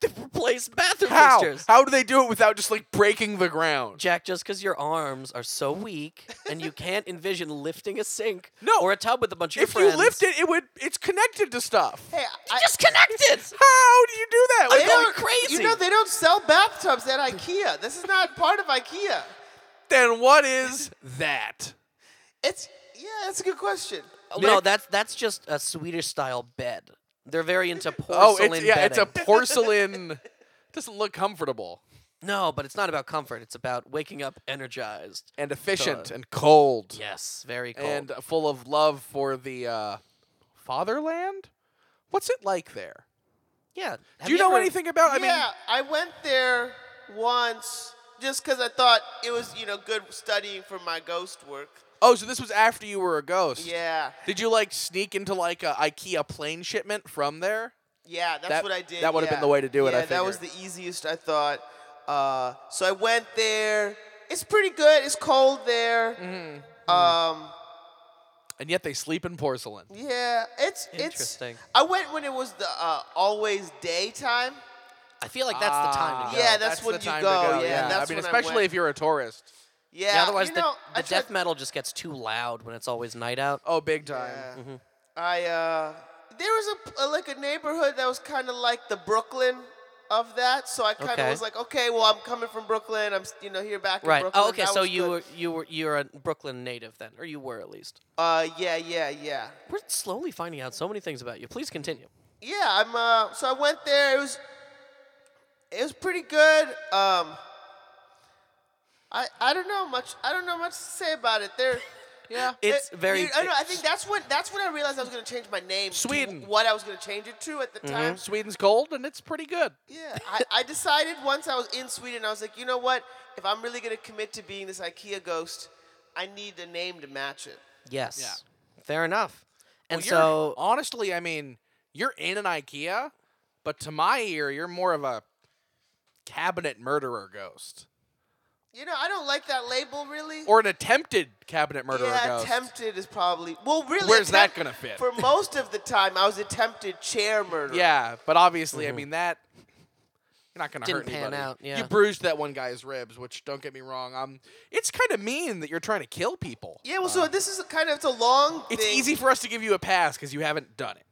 They replace bathroom
How?
fixtures.
How do they do it without just like breaking the ground?
Jack, just because your arms are so weak and you can't envision lifting a sink
No,
or a tub with a bunch of your
If
friends,
you lift it, it would. It's connected to stuff.
Hey, I,
disconnect it.
How do you do that?
I
Like,
they
going
don't-
crazy.
You know they don't sell bathtubs at IKEA. This is not part of IKEA.
then what is that?
It's yeah, that's a good question.
No,
Nick?
that's that's just a Swedish style bed. They're very into
Oh,
porcelain
it's yeah, it's a
bedding.
porcelain. doesn't look comfortable
no, but it's not about comfort. It's about waking up energized.
and efficient and cold.
Yes, very cold.
and full of love for the uh, fatherland. What's it like there?
yeah, have
Do you, know
ever-
anything about? I
yeah,
mean,
I went there once just because I thought it was you know good studying for my ghost work.
oh, so this was after you were a ghost.
Yeah,
Did you like sneak into like a IKEA plane shipment from there?
yeah, that's
That-
what I did.
that would've been
yeah.
the way to do it, I
Yeah, that was the
figured.
easiest I thought. Uh, so I went there. It's pretty good. It's cold there.
Mm-hmm.
Um.
And yet they sleep in porcelain.
Yeah, it's
Interesting.
It's, I went when it was the uh, always daytime.
I feel like that's the time to go.
Ah. Yeah, that's
Ah, the
when you
time to
go, yeah, that's
I mean,
when I
especially
went.
if you're a tourist.
Yeah,
Yeah, otherwise
you
the,
know, I
the death
tried-
metal just gets too loud when it's always night out.
Oh, big time.
Yeah.
Mm-hmm.
I uh, there was a, a like a neighborhood that was kind of like the Brooklyn of that, so I kind of
Okay.
was like, okay, well, I'm coming from Brooklyn. I'm s- you know here back
Right.
in Brooklyn.
Oh, okay.
That
So
was
you
good.
were you were you're a Brooklyn native then, or you were at least.
Uh, yeah, yeah, yeah.
We're slowly finding out so many things about you. Please continue.
Yeah, I'm. Uh, so I went there. It was. It was pretty good. Um. I I don't know much. I don't know much to say about it. There. Yeah.
It's
it-
very-
You, I know. I think that's when that's when I realized I was gonna change my name. to
Sweden.
what I was gonna change it to at the
Mm-hmm.
time.
Sweden's cold and it's pretty good.
Yeah. I, I decided once I was in Sweden, I was like, you know what? If I'm really gonna commit to being this IKEA ghost, I need a name to match it.
Yes. Fair enough. And
Well, you're-
so
honestly, I mean, you're in an IKEA, but to my ear, you're more of a cabinet murderer ghost
You know, I don't like that label really.
or an attempted cabinet murderer
yeah,
ghost.
attempted is probably well. Really,
Where's that
attempt-
gonna fit?
For most of the time, I was attempted chair murder.
yeah, but obviously, I mean that you're not gonna
Mm-hmm. Didn't
hurt
pan
anybody.
out, yeah.
You bruised that one guy's ribs, which don't get me wrong. Um, it's kind of mean that you're trying to kill people.
Yeah. Well, so this is a kind of it's a long.
Uh. It's
thing.
easy for us to give you a pass because you haven't done it.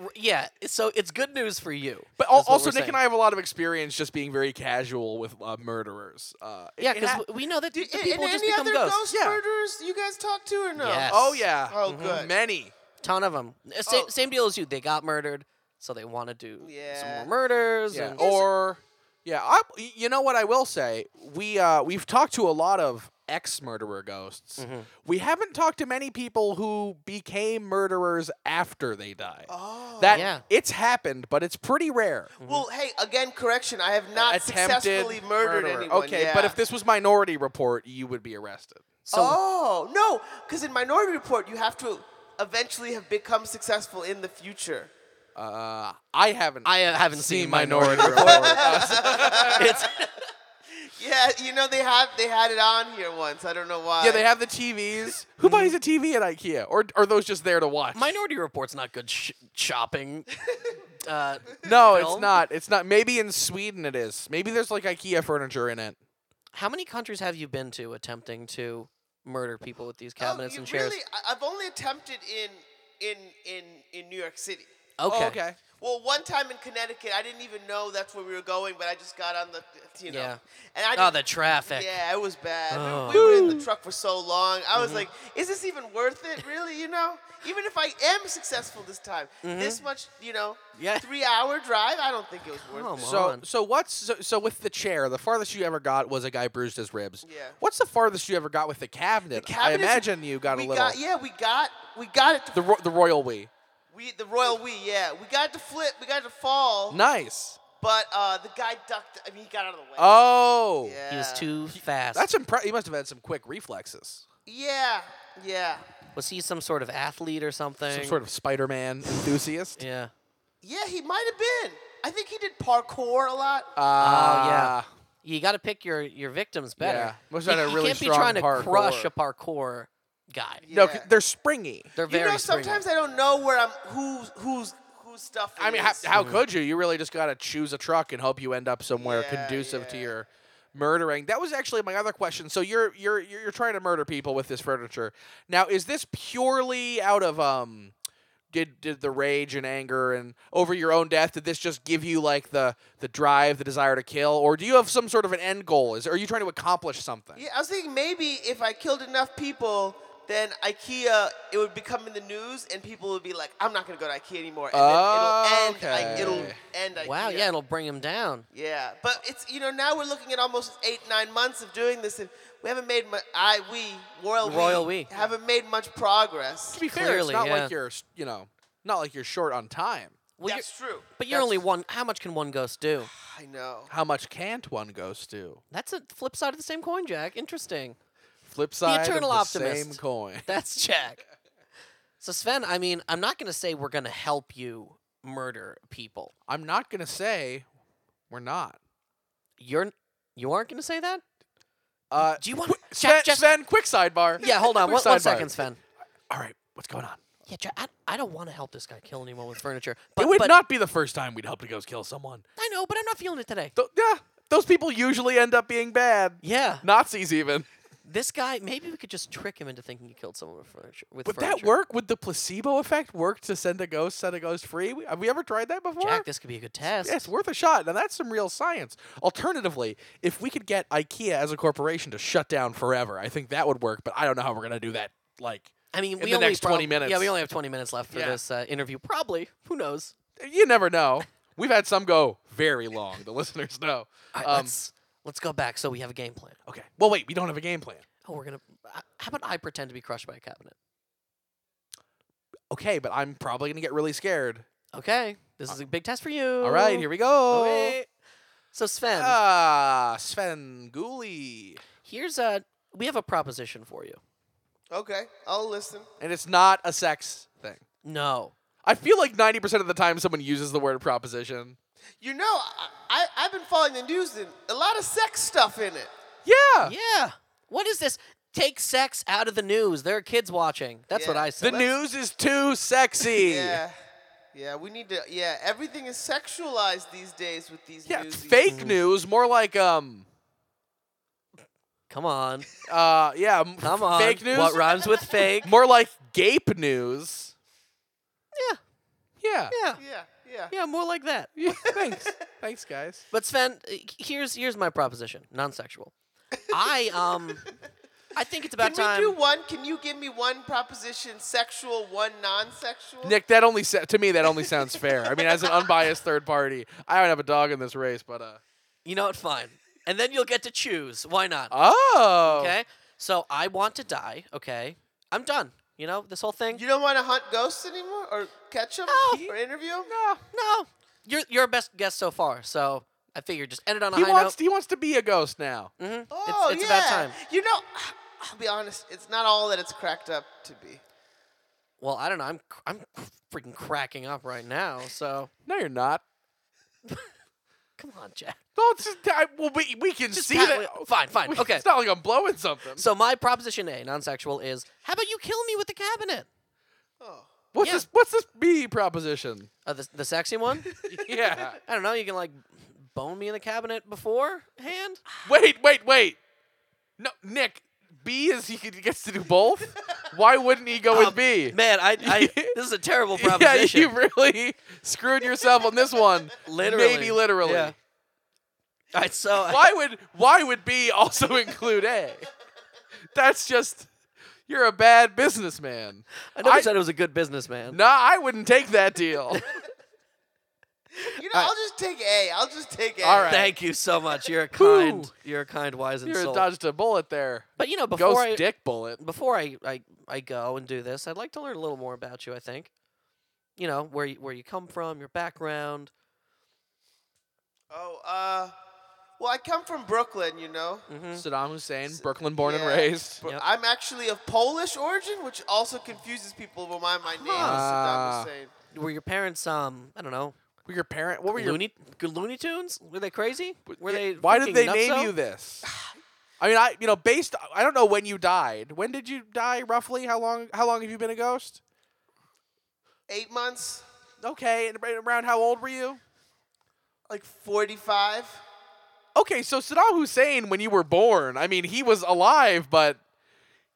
r- yeah, so it's good news for you.
But
is
al-
what
also,
we're
Nick and I
saying.
have a lot of experience just being very casual with uh, murderers. Uh, it-
Yeah,
it ha-
because we know that the
Do, and-
people
and
just
any
become
other
ghosts.
ghost
Yeah.
murderers you guys talk to or no?
Yes.
oh yeah,
Oh,
Mm-hmm.
good.
many.
Ton of them. Same,
Oh.
same deal as you. They got murdered, so they want to do some
Yeah. Oh.
more murders.
Yeah.
and-
Or yeah, I, you know what I will say? We uh, we've talked to a lot of ex murderer ghosts.
Mm-hmm.
We haven't talked to many people who became murderers after they died.
Oh.
That
Yeah.
it's happened, but it's pretty rare.
Well, hey, again, correction. I have not
Attempted
successfully murdered
murderer.
anyone.
Okay, but
yeah.
if this was Minority Report, you would be arrested.
So
oh no, because in Minority Report you have to eventually have become successful in the future.
Uh, I haven't.
I uh, haven't
seen
seen
Minority
Minority.
Report. Uh,
it's,
Yeah, you know they have they had it on here once. I don't know why.
yeah, they have the TVs. Who buys a TV at IKEA, or are those just there to watch?
Minority Report's not good sh- shopping. Uh,
no,
film?
it's not. It's not. Maybe in Sweden it is. Maybe there's like IKEA furniture in it.
how many countries have you been to attempting to murder people with these
Um,
Oh,
cabinets
you
and chairs?
Really, I- I've only attempted in in in in New York City.
Okay.
Oh, okay.
Well, one time in Connecticut, I didn't even know that's where we were going, but I just got on the, you know,
Yeah.
and I
Oh,
didn't-
the traffic.
Yeah, it was bad. We-
Oh.
We were in the truck for so long. I
Mm-hmm.
was like, is this even worth it, really? You know, even if I am successful this time, this
Mm-hmm.
much, you know,
Yeah.
three hour drive, I don't think it was worth
Come
it.
So
on.
so what's so, so with the chair? The farthest you ever got was a guy bruised his ribs.
Yeah.
What's the farthest you ever got with the cabinet? I
Cabinets-
imagine you got a
we
little.
Got, yeah, we got we got it. To,
The ro- the royal we.
we the royal we yeah we got it to flip. We got it to fall.
Nice.
But uh, the guy ducked. I mean, he got out of the way.
Oh.
yeah.
He was too fast.
That's impressive. You must have had some quick reflexes.
Yeah, yeah,
was he some sort of athlete or something?
Some sort of Spider-Man enthusiast.
Yeah.
yeah. He might have been. I think he did parkour a lot.
Ah,
Oh, yeah. You got to pick your, your victims better.
Yeah. Must
you,
have had a
you
really
can't be
strong
trying to crush
parkour.
a parkour guy.
No,
Yeah.
c- they're springy.
They're
You
very
know,
springy.
sometimes I don't know where I'm. Who's who's whose stuff. it
I mean, how,
is.
how could you? You really just got to choose a truck and hope you end up somewhere
Yeah,
conducive to
yeah.
your murdering. That was actually my other question. So you're you're you're you're trying to murder people with this furniture. Now, is this purely out of um did did the rage and anger and over your own death did this just give you like the the drive, the desire to kill or do you have some sort of an end goal? Is are you trying to accomplish something?
Yeah, I was thinking maybe if I killed enough people, then IKEA it would become in the news, and people would be like, "I'm not gonna go to IKEA anymore," and then it'll end. I, it'll
Oh, Okay.
end. IKEA.
wow, yeah, it'll bring him down.
Yeah, but it's you know now we're looking at almost eight nine months of doing this, and we haven't made much. I we royal
Royal we.
we haven't made much progress.
To be fair,
Clearly,
it's not
yeah.
like you're, s- you know, not like you're short on time.
Well, you're-
That's true.
But you're
That's-
only one. How much can one ghost do?
I know.
How much can't one ghost do?
That's a flip side of the same coin, Jack. Interesting.
Flip side of
eternal
the
optimist.
same coin.
That's Jack. So Sven, I mean, I'm not gonna say we're gonna help you murder people.
I'm not gonna say we're not.
You're you aren't gonna say that.
Uh,
Do you want
Sven, Sven, quick sidebar.
Yeah, hold on.
Quick
One, one
sidebar.
second, Sven.
All right, what's going on?
Yeah, Jack, I, I don't want to help this guy kill anyone with furniture. But,
it would
but
not be the first time we'd help the ghost kill someone.
I know, but I'm not feeling it today.
Th- yeah, those people usually end up being bad.
Yeah,
Nazis even.
this guy. Maybe we could just trick him into thinking he killed someone with furniture. With
Would
furniture.
that work? Would the placebo effect work to send a ghost, set a ghost free? We- Have we ever tried that before?
Jack, this could be a good test.
Yeah, it's worth a shot. Now that's some real science. Alternatively, if we could get IKEA as a corporation to shut down forever, I think that would work. But I don't know how we're gonna do that. Like,
I mean,
in
we
the
only
next 20
prob- Yeah,
minutes.
we only have 20 minutes left for
Yeah.
this uh, interview. Probably. Who knows?
you never know. We've had some go very long. The listeners know.
All right,
Um,
let's let's go back so we have a game plan.
okay. Well, wait. We don't have a game plan.
Oh, we're gonna. uh, How about I pretend to be crushed by a cabinet?
Okay, but I'm probably gonna get really scared.
Okay, this is a big test for you. Uh,
All right, here we go.
Oh. Okay. So Sven,
Ah, Sven Gulli.
here's a. We have a proposition for you.
Okay, I'll listen.
And it's not a sex thing.
No.
I feel like 90% of the time someone uses the word proposition.
You know, I, I I've been following the news, and a lot of sex stuff in it.
Yeah.
Yeah. What is this? Take sex out of the news. There are kids watching. That's what
Yeah.
I
The
said.
news is too sexy.
Yeah. Yeah, we need to. Yeah, everything is sexualized these days with these
Yeah, it's
newsies.
fake news, more like um
Come on.
uh yeah, m-
Come on.
fake news.
What rhymes with fake?
More like gape news.
yeah.
Yeah.
Yeah.
Yeah, yeah.
Yeah. More like that.
Yeah, thanks. thanks guys.
But Sven, uh, here's here's my proposition. Non-sexual. I um, I think it's
Can
about time.
we do one? Can you give me one proposition sexual, one non-sexual?
Nick, that only sa- to me that only sounds fair. I mean, as an unbiased third party, I don't have a dog in this race, but uh
You know what? Fine. And then you'll get to choose. Why not?
Oh.
Okay. So I want to die. Okay. I'm done. You know this whole thing.
You don't want to hunt ghosts anymore, or catch them,
No.
or interview them?
No.
no, you're you're best guess so far. So I figure just end it on a
He
high
wants
note.
he wants to be a ghost now.
Mhm.
Oh,
it's, it's
yeah.
about time.
You know, I'll be honest, it's not all that it's cracked up to be.
Well, I don't know. I'm cr- I'm freaking cracking up right now. So
No, you're not.
come on, Jack.
No, it's just, I, well, we, we can
Just
see
pat-
that. oh,
wait, fine, fine.
We-
Okay.
It's not like I'm blowing something.
So my proposition A, non-sexual, is how about you kill me with the cabinet?
Oh.
what's
yeah.
this? What's this B proposition?
Uh, the the sexy one.
Yeah.
I don't know. You can like bone me in the cabinet beforehand.
wait, wait, wait. No, Nick. B is he could- gets to do both. Why wouldn't he go
Um,
with B?
Man, I, I this is a terrible
Yeah,
proposition.
you really screwed yourself on this one.
literally,
maybe literally.
Yeah. All right, so
Why would why would B also include A? That's just you're a bad businessman.
I never
I-
said it was a good businessman.
Nah, I wouldn't take that deal.
You know, I'll just take A. I'll just take A.
All right.
Thank you so much. You're a kind, you're a kind, wise, and
You're
soul.
dodged a bullet there.
But you know, before
Ghost
I
dick bullet.
before I, I I go and do this, I'd like to learn a little more about you. I think, you know, where you, where you come from, your background.
Oh, uh, well, I come from Brooklyn, you know.
hmm
Saddam Hussein, Brooklyn born and
Yeah.
raised.
Bro-
Yep.
I'm actually of Polish origin, which also confuses people when my, my name
Ah.
is Saddam Hussein.
Were your parents um I don't know
Were your parent? What were your?
Looney Looney Tunes? Were they crazy? Were they?
Why did
freaking
they
nutso?
name you this? I mean, I you know, based I don't know when you died. When did you die roughly? How long? How long have you been a ghost?
Eight months,
Okay, and right around how old were you?
like 45.
Okay, so Saddam Hussein, when you were born, I mean, he was alive, but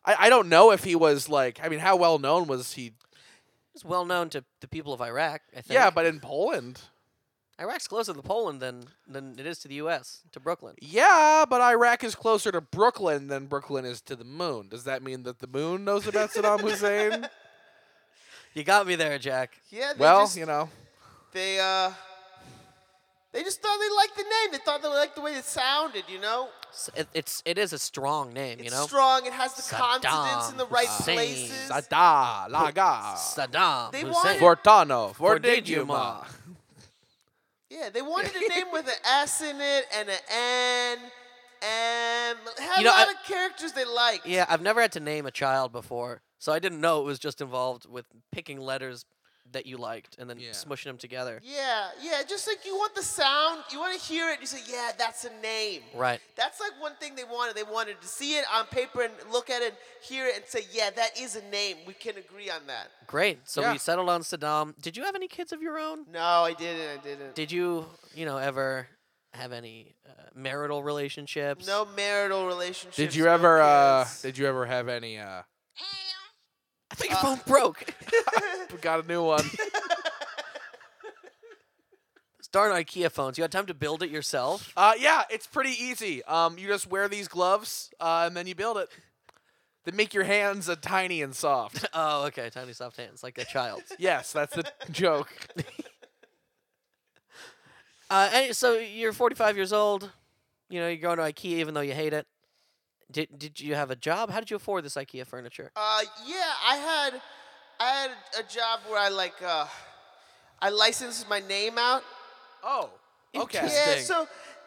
I, I don't know if he was like. I mean, how well known was he?
It's well known to the people of Iraq. I think.
Yeah, but in Poland.
Iraq's closer to Poland than than it is to the U.S. to Brooklyn.
Yeah, but Iraq is closer to Brooklyn than Brooklyn is to the moon. Does that mean that the moon knows about Saddam Hussein?
You got me there, Jack.
Yeah, they
well,
just,
you know.
they, uh, they just thought they liked the name. They thought they liked the way it sounded, you know?
S- it- it's it is a strong name, you
It's
know.
strong. It has the consonants
Saddam
in the right
Hussein.
places.
Sada, Laga,
Saddam
They
Hussein.
wanted-
Fortano,
Fordigima.
Fordigima.
Yeah, they wanted a name with an S in it and an N. And had
You know,
a lot
I-
of characters they liked.
Yeah, I've never had to name a child before, so I didn't know it was just involved with picking letters that you liked and then
Yeah.
smushing them together.
Yeah, yeah, just like you want the sound, you want to hear it, you say, yeah, that's a name.
Right.
That's like one thing they wanted. They wanted to see it on paper and look at it, hear it, and say, yeah, that is a name. We can agree on that.
Great. So
Yeah.
we settled on Saddam. Did you have any kids of your own?
No, I didn't. I didn't.
Did you, you know, ever have any uh, marital relationships?
no marital relationships.
Did you
no
ever uh
kids.
did you ever have any uh
I think your phone broke.
got a new one.
Those darn IKEA phones. You had time to build it yourself.
uh yeah, it's pretty easy. Um you just wear these gloves uh, and then you build it. They make your hands uh, tiny and soft.
Oh, okay. Tiny soft hands, like a child's.
yes, that's the joke.
Uh, any- so you're 45 years old. You know, you're going to IKEA even though you hate it. Did did you have a job? How did you afford this IKEA furniture?
Uh, yeah, I had, I had a job where I like, uh, I licensed my name out.
Oh. Okay.
Interesting.
Yeah, so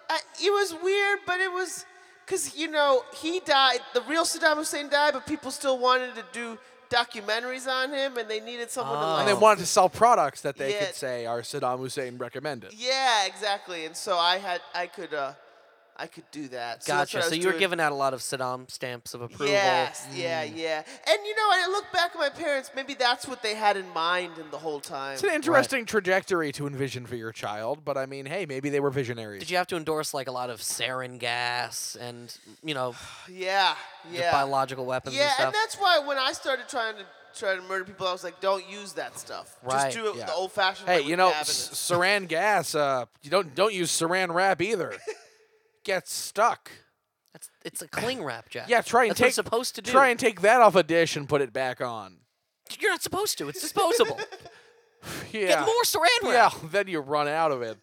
uh, it was weird, but it was because you know he died. The real Saddam Hussein died, but people still wanted to do documentaries on him, and they needed someone to
Oh.
And
like.
they wanted to sell products that they
Yeah.
could say are Saddam Hussein recommended.
yeah, exactly. And so I had, I could, uh, I could do that. So that's
Gotcha.
what I
So
was
you were
doing.
giving out a lot of Saddam stamps of approval. Mm.
Yes, yeah, yeah. And you know, I look back at my parents. Maybe that's what they had in mind in the whole time.
It's an interesting trajectory to envision for your child, but I mean, hey, maybe they were visionaries.
Did you have to endorse like a lot of sarin gas and you know
Yeah,
just
yeah.
biological weapons
Yeah,
and stuff?
and that's why when I started trying to try to murder people, I was like, "Don't use that stuff.
Right,
Just do it
yeah.
the old-fashioned way."
Hey,
with
you know,
cabinets."
s- saran gas. Uh, you don't don't use saran wrap either. Gets stuck.
That's, it's a cling wrap, Jack.
Yeah, try and
That's
take
what it's supposed to do.
Try and take that off a dish and put it back on.
You're not supposed to. It's disposable.
Yeah.
Get more saran
yeah.
wrap.
Then you run out of it.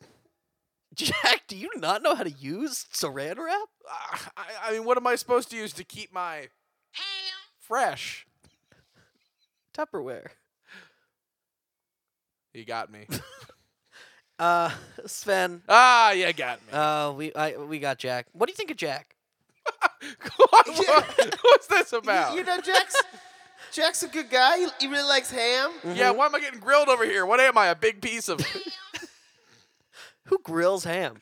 Jack, do you not know how to use saran wrap?
Uh, I, I mean, what am I supposed to use to keep my fresh?
Tupperware.
You got me.
Uh, Sven.
ah, you got me.
Uh, we I, we got Jack. What do you think of Jack?
what, what's this about?
You know, Jack's Jack's a good guy. He, he really likes ham.
yeah, why am I getting grilled over here? What am I, a big piece of?
Who grills ham?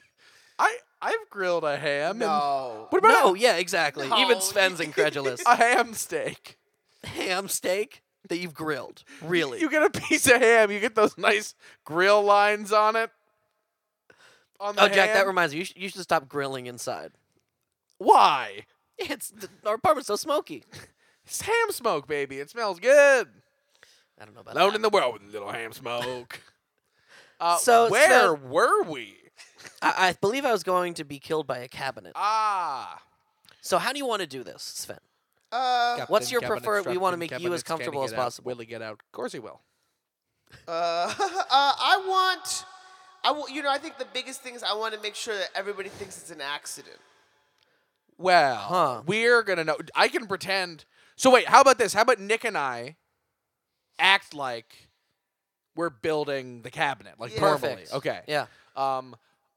I I've grilled a ham. And
No.
what about
No, yeah, exactly. Even
No.
Sven's incredulous.
a ham steak?
ham steak that you've grilled. Really?
You get a piece of ham. You get those nice grill lines on it. On the
oh, Jack, that
ham?
reminds me. You, sh- you should stop grilling inside.
why?
It's th- our apartment's so smoky.
It's ham smoke, baby. It smells good.
I don't know about
Alone
that.
in the world with a little ham smoke. Uh,
So,
where
Sven-
were we?
I, I believe I was going to be killed by a cabinet.
Ah,
So how do you want to do this, Sven?
Uh,
What's your preferred- we wanna make you as comfortable as possible.
Will he get out? Of course he will.
uh, uh, I want. I w- you know, I think the biggest thing is I want to make sure that everybody thinks it's an accident.
Well,
Huh.
we're gonna know. I can pretend. So wait, how about this? How about Nick and I act like we're building the cabinet, like
Yeah.
normally?
Perfect.
Okay.
Yeah.
Um.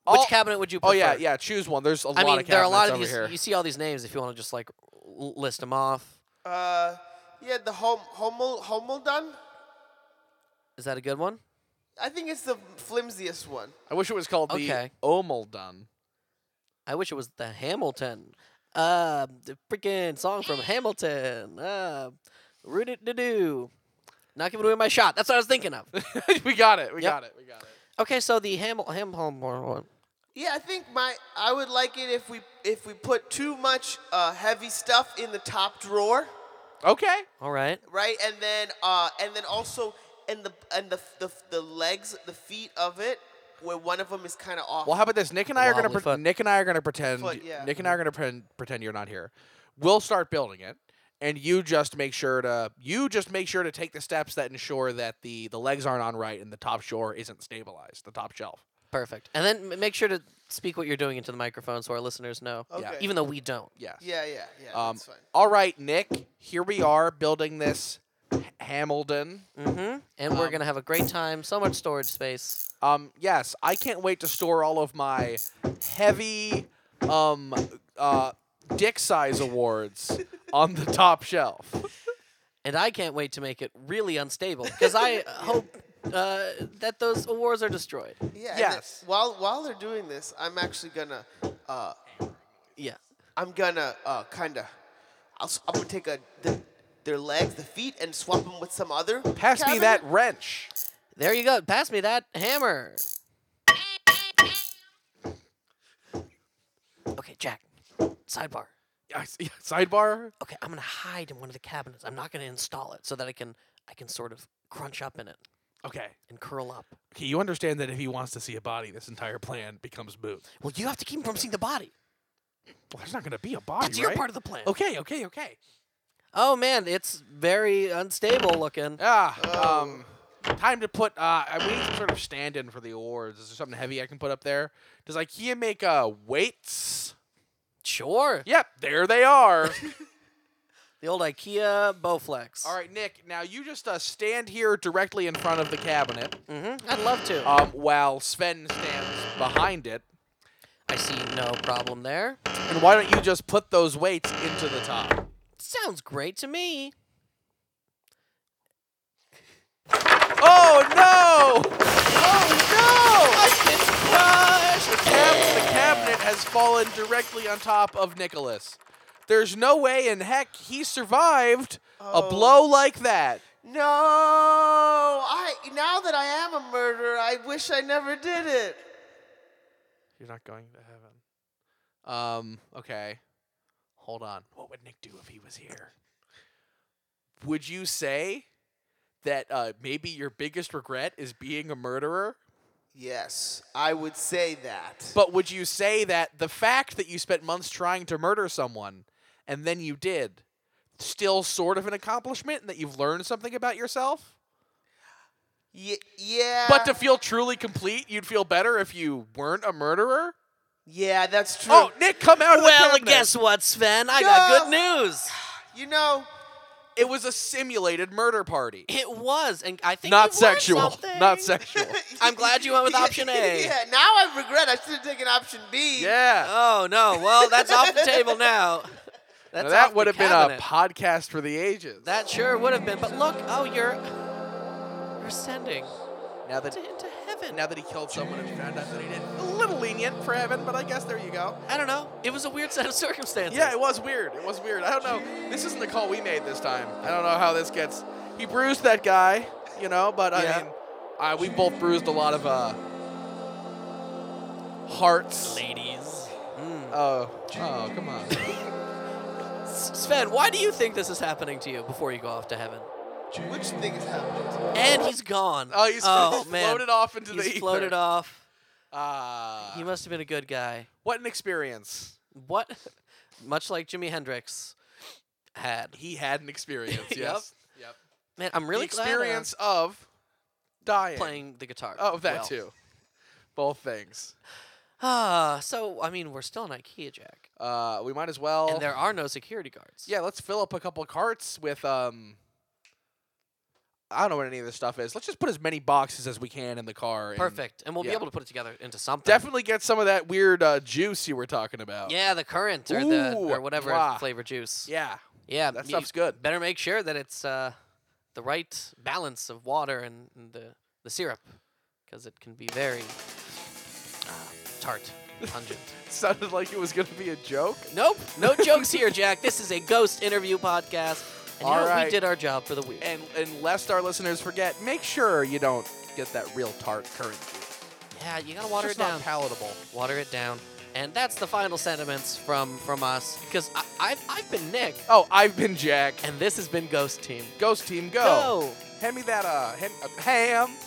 Which
all-
cabinet would you
Oh
prefer?
yeah, yeah. Choose one. There's a
I
lot
mean,
of cabinets
there are a lot of
over
these.
here.
You see all these names if you want to just like l- list them off.
Uh, yeah, the home homel homeldon.
Is that a good one?
I think it's the flimsiest one.
I wish it was called
Okay.
the Omeldun.
I wish it was the Hamilton. Uh, the freaking song from Hamilton. Uh, root it to do. Not giving away my shot. That's what I was thinking of.
we got it. We
Yep.
got it. We got it.
Okay, so the Hamil Hamilton one.
Yeah, I think my I would like it if we if we put too much uh, heavy stuff in the top drawer,
Okay.
All right.
right? And then uh, and then also in the and the the, the legs, the feet of it, where one of them is kind of off.
Well, how about this? Nick and I are gonna
Wobbly
pre-
foot.
Nick and I are gonna pretend.
Foot, yeah.
Nick and I are gonna pretend, pretend you're not here. We'll start building it, and you just make sure to you just make sure to take the steps that ensure that the the legs aren't on right and the top shore isn't stabilized, the top shelf.
Perfect. And then m- make sure to speak what you're doing into the microphone so our listeners know.
Okay.
Even though we don't.
Yes.
Yeah, yeah, yeah.
Um,
that's fine.
all right, Nick. Here we are building this Hamilton.
Mm-hmm. And we're gonna have a great time. So much storage space.
Um, yes, I can't wait to store all of my heavy um uh dick size awards on the top shelf.
And I can't wait to make it really unstable because I hope uh, that those awards are destroyed.
Yeah. and then
yes.
while while they're doing this, I'm actually gonna uh,
Yeah.
I'm gonna uh, kind of I'll, s- I'm gonna take a the, their legs, the feet, and swap them with some other.
Pass me
cabinet.
that wrench.
There you go. Pass me that hammer. Okay, Jack. Sidebar.
Yeah, s- yeah, Sidebar.
Okay, I'm gonna hide in one of the cabinets. I'm not gonna install it so that I can I can sort of crunch up in it
Okay.
and curl up.
Okay, you understand that if he wants to see a body, this entire plan becomes moot.
Well, you have to keep him from seeing the body.
Well, there's not going to be a body,
That's your
right?
part of the plan.
okay, okay, okay.
Oh man, it's very unstable looking.
Ah,
Oh.
um, time to put. Uh, I- we need some sort of stand-in for the awards. Is there something heavy I can put up there? Does IKEA make uh weights?
Sure.
Yep, there they are.
The old IKEA Bowflex.
All right, Nick. Now you just uh, stand here directly in front of the cabinet,
Mm-hmm. I'd love to.
um, while Sven stands behind it.
I see no problem there.
And why don't you just put those weights into the top?
Sounds great to me.
Oh no!
Oh no!
The, cab- the cabinet has fallen directly on top of Nicholas. There's no way in heck he survived a
Oh.
blow like that.
No! I now that I am a murderer, I wish I never did it.
You're not going to heaven. Um, okay. Hold on. What would Nick do if he was here? Would you say that uh, maybe your biggest regret is being a murderer?
Yes, I would say that.
But would you say that the fact that you spent months trying to murder someone and then you did, still sort of an accomplishment and that you've learned something about yourself?
Ye- yeah.
But to feel truly complete, you'd feel better if you weren't a murderer?
yeah, that's true.
Oh, Nick, come out of the
Well,
cabinet.
guess what, Sven? I got good news.
you know,
It was a simulated murder party.
It was, and I think
Not
you were
sexual.
something.
Not sexual.
I'm glad you went with option A.
yeah. Now I regret I should have taken option B.
yeah.
Oh no! Well, that's off the table now.
Now,
That's off
that
the
would have been a
cabinet.
podcast for the ages.
That sure would have been. But look, oh, you're you're sending
now that
to, into heaven.
now that he killed someone and found out that he did, a little lenient for heaven, but I guess there you go.
I don't know. It was a weird set of circumstances.
Yeah, it was weird. It was weird. I don't know. This isn't the call we made this time. I don't know how this gets. He bruised that guy, you know, but I
Yeah.
mean, uh, we both bruised a lot of uh, hearts.
ladies. Hmm.
Oh, oh, come on.
Sven, why do you think this is happening to you before you go off to heaven?
Which thing is happening?
And he's gone.
Oh, he's
oh,
floated
man.
off into the
He's
ether.
floated off.
Ah,
He must have been a good guy.
what an experience.
What? Much like Jimi Hendrix had.
He had an experience.
Yep.
Yes. yep.
Man, I'm really
the experience of
glad
dying.
I'm playing the guitar.
Oh, that
well.
too. Both things.
Ah, so I mean, we're still in IKEA, Jack,
Uh, we might as well.
and there are no security guards.
Yeah, let's fill up a couple carts with um. I don't know what any of this stuff is. Let's just put as many boxes as we can in the car. and
perfect, and we'll
yeah.
be able to put it together into something.
Definitely get some of that weird uh, juice you were talking about.
Yeah, the currant or the
Ooh,
or whatever
mwah.
flavor juice.
Yeah.
yeah,
That
you
stuff's good.
Better make sure that it's uh, the right balance of water and, and the the syrup, because it can be very uh, tart, pungent.
Sounded like it was gonna be a joke.
nope, no jokes here, Jack. This is a ghost interview podcast, and you
All
know what?
right.
we did our job for the week.
And and lest our listeners forget, make sure you don't get that real tart current.
yeah, you gotta
It's
water
just
it down.
not palatable.
water it down. And that's the final sentiments from from us because I, I've, I've been Nick
Oh, I've been Jack.
and this has been Ghost Team.
Ghost Team, go!
Go.
Hand me that uh, hand, uh ham.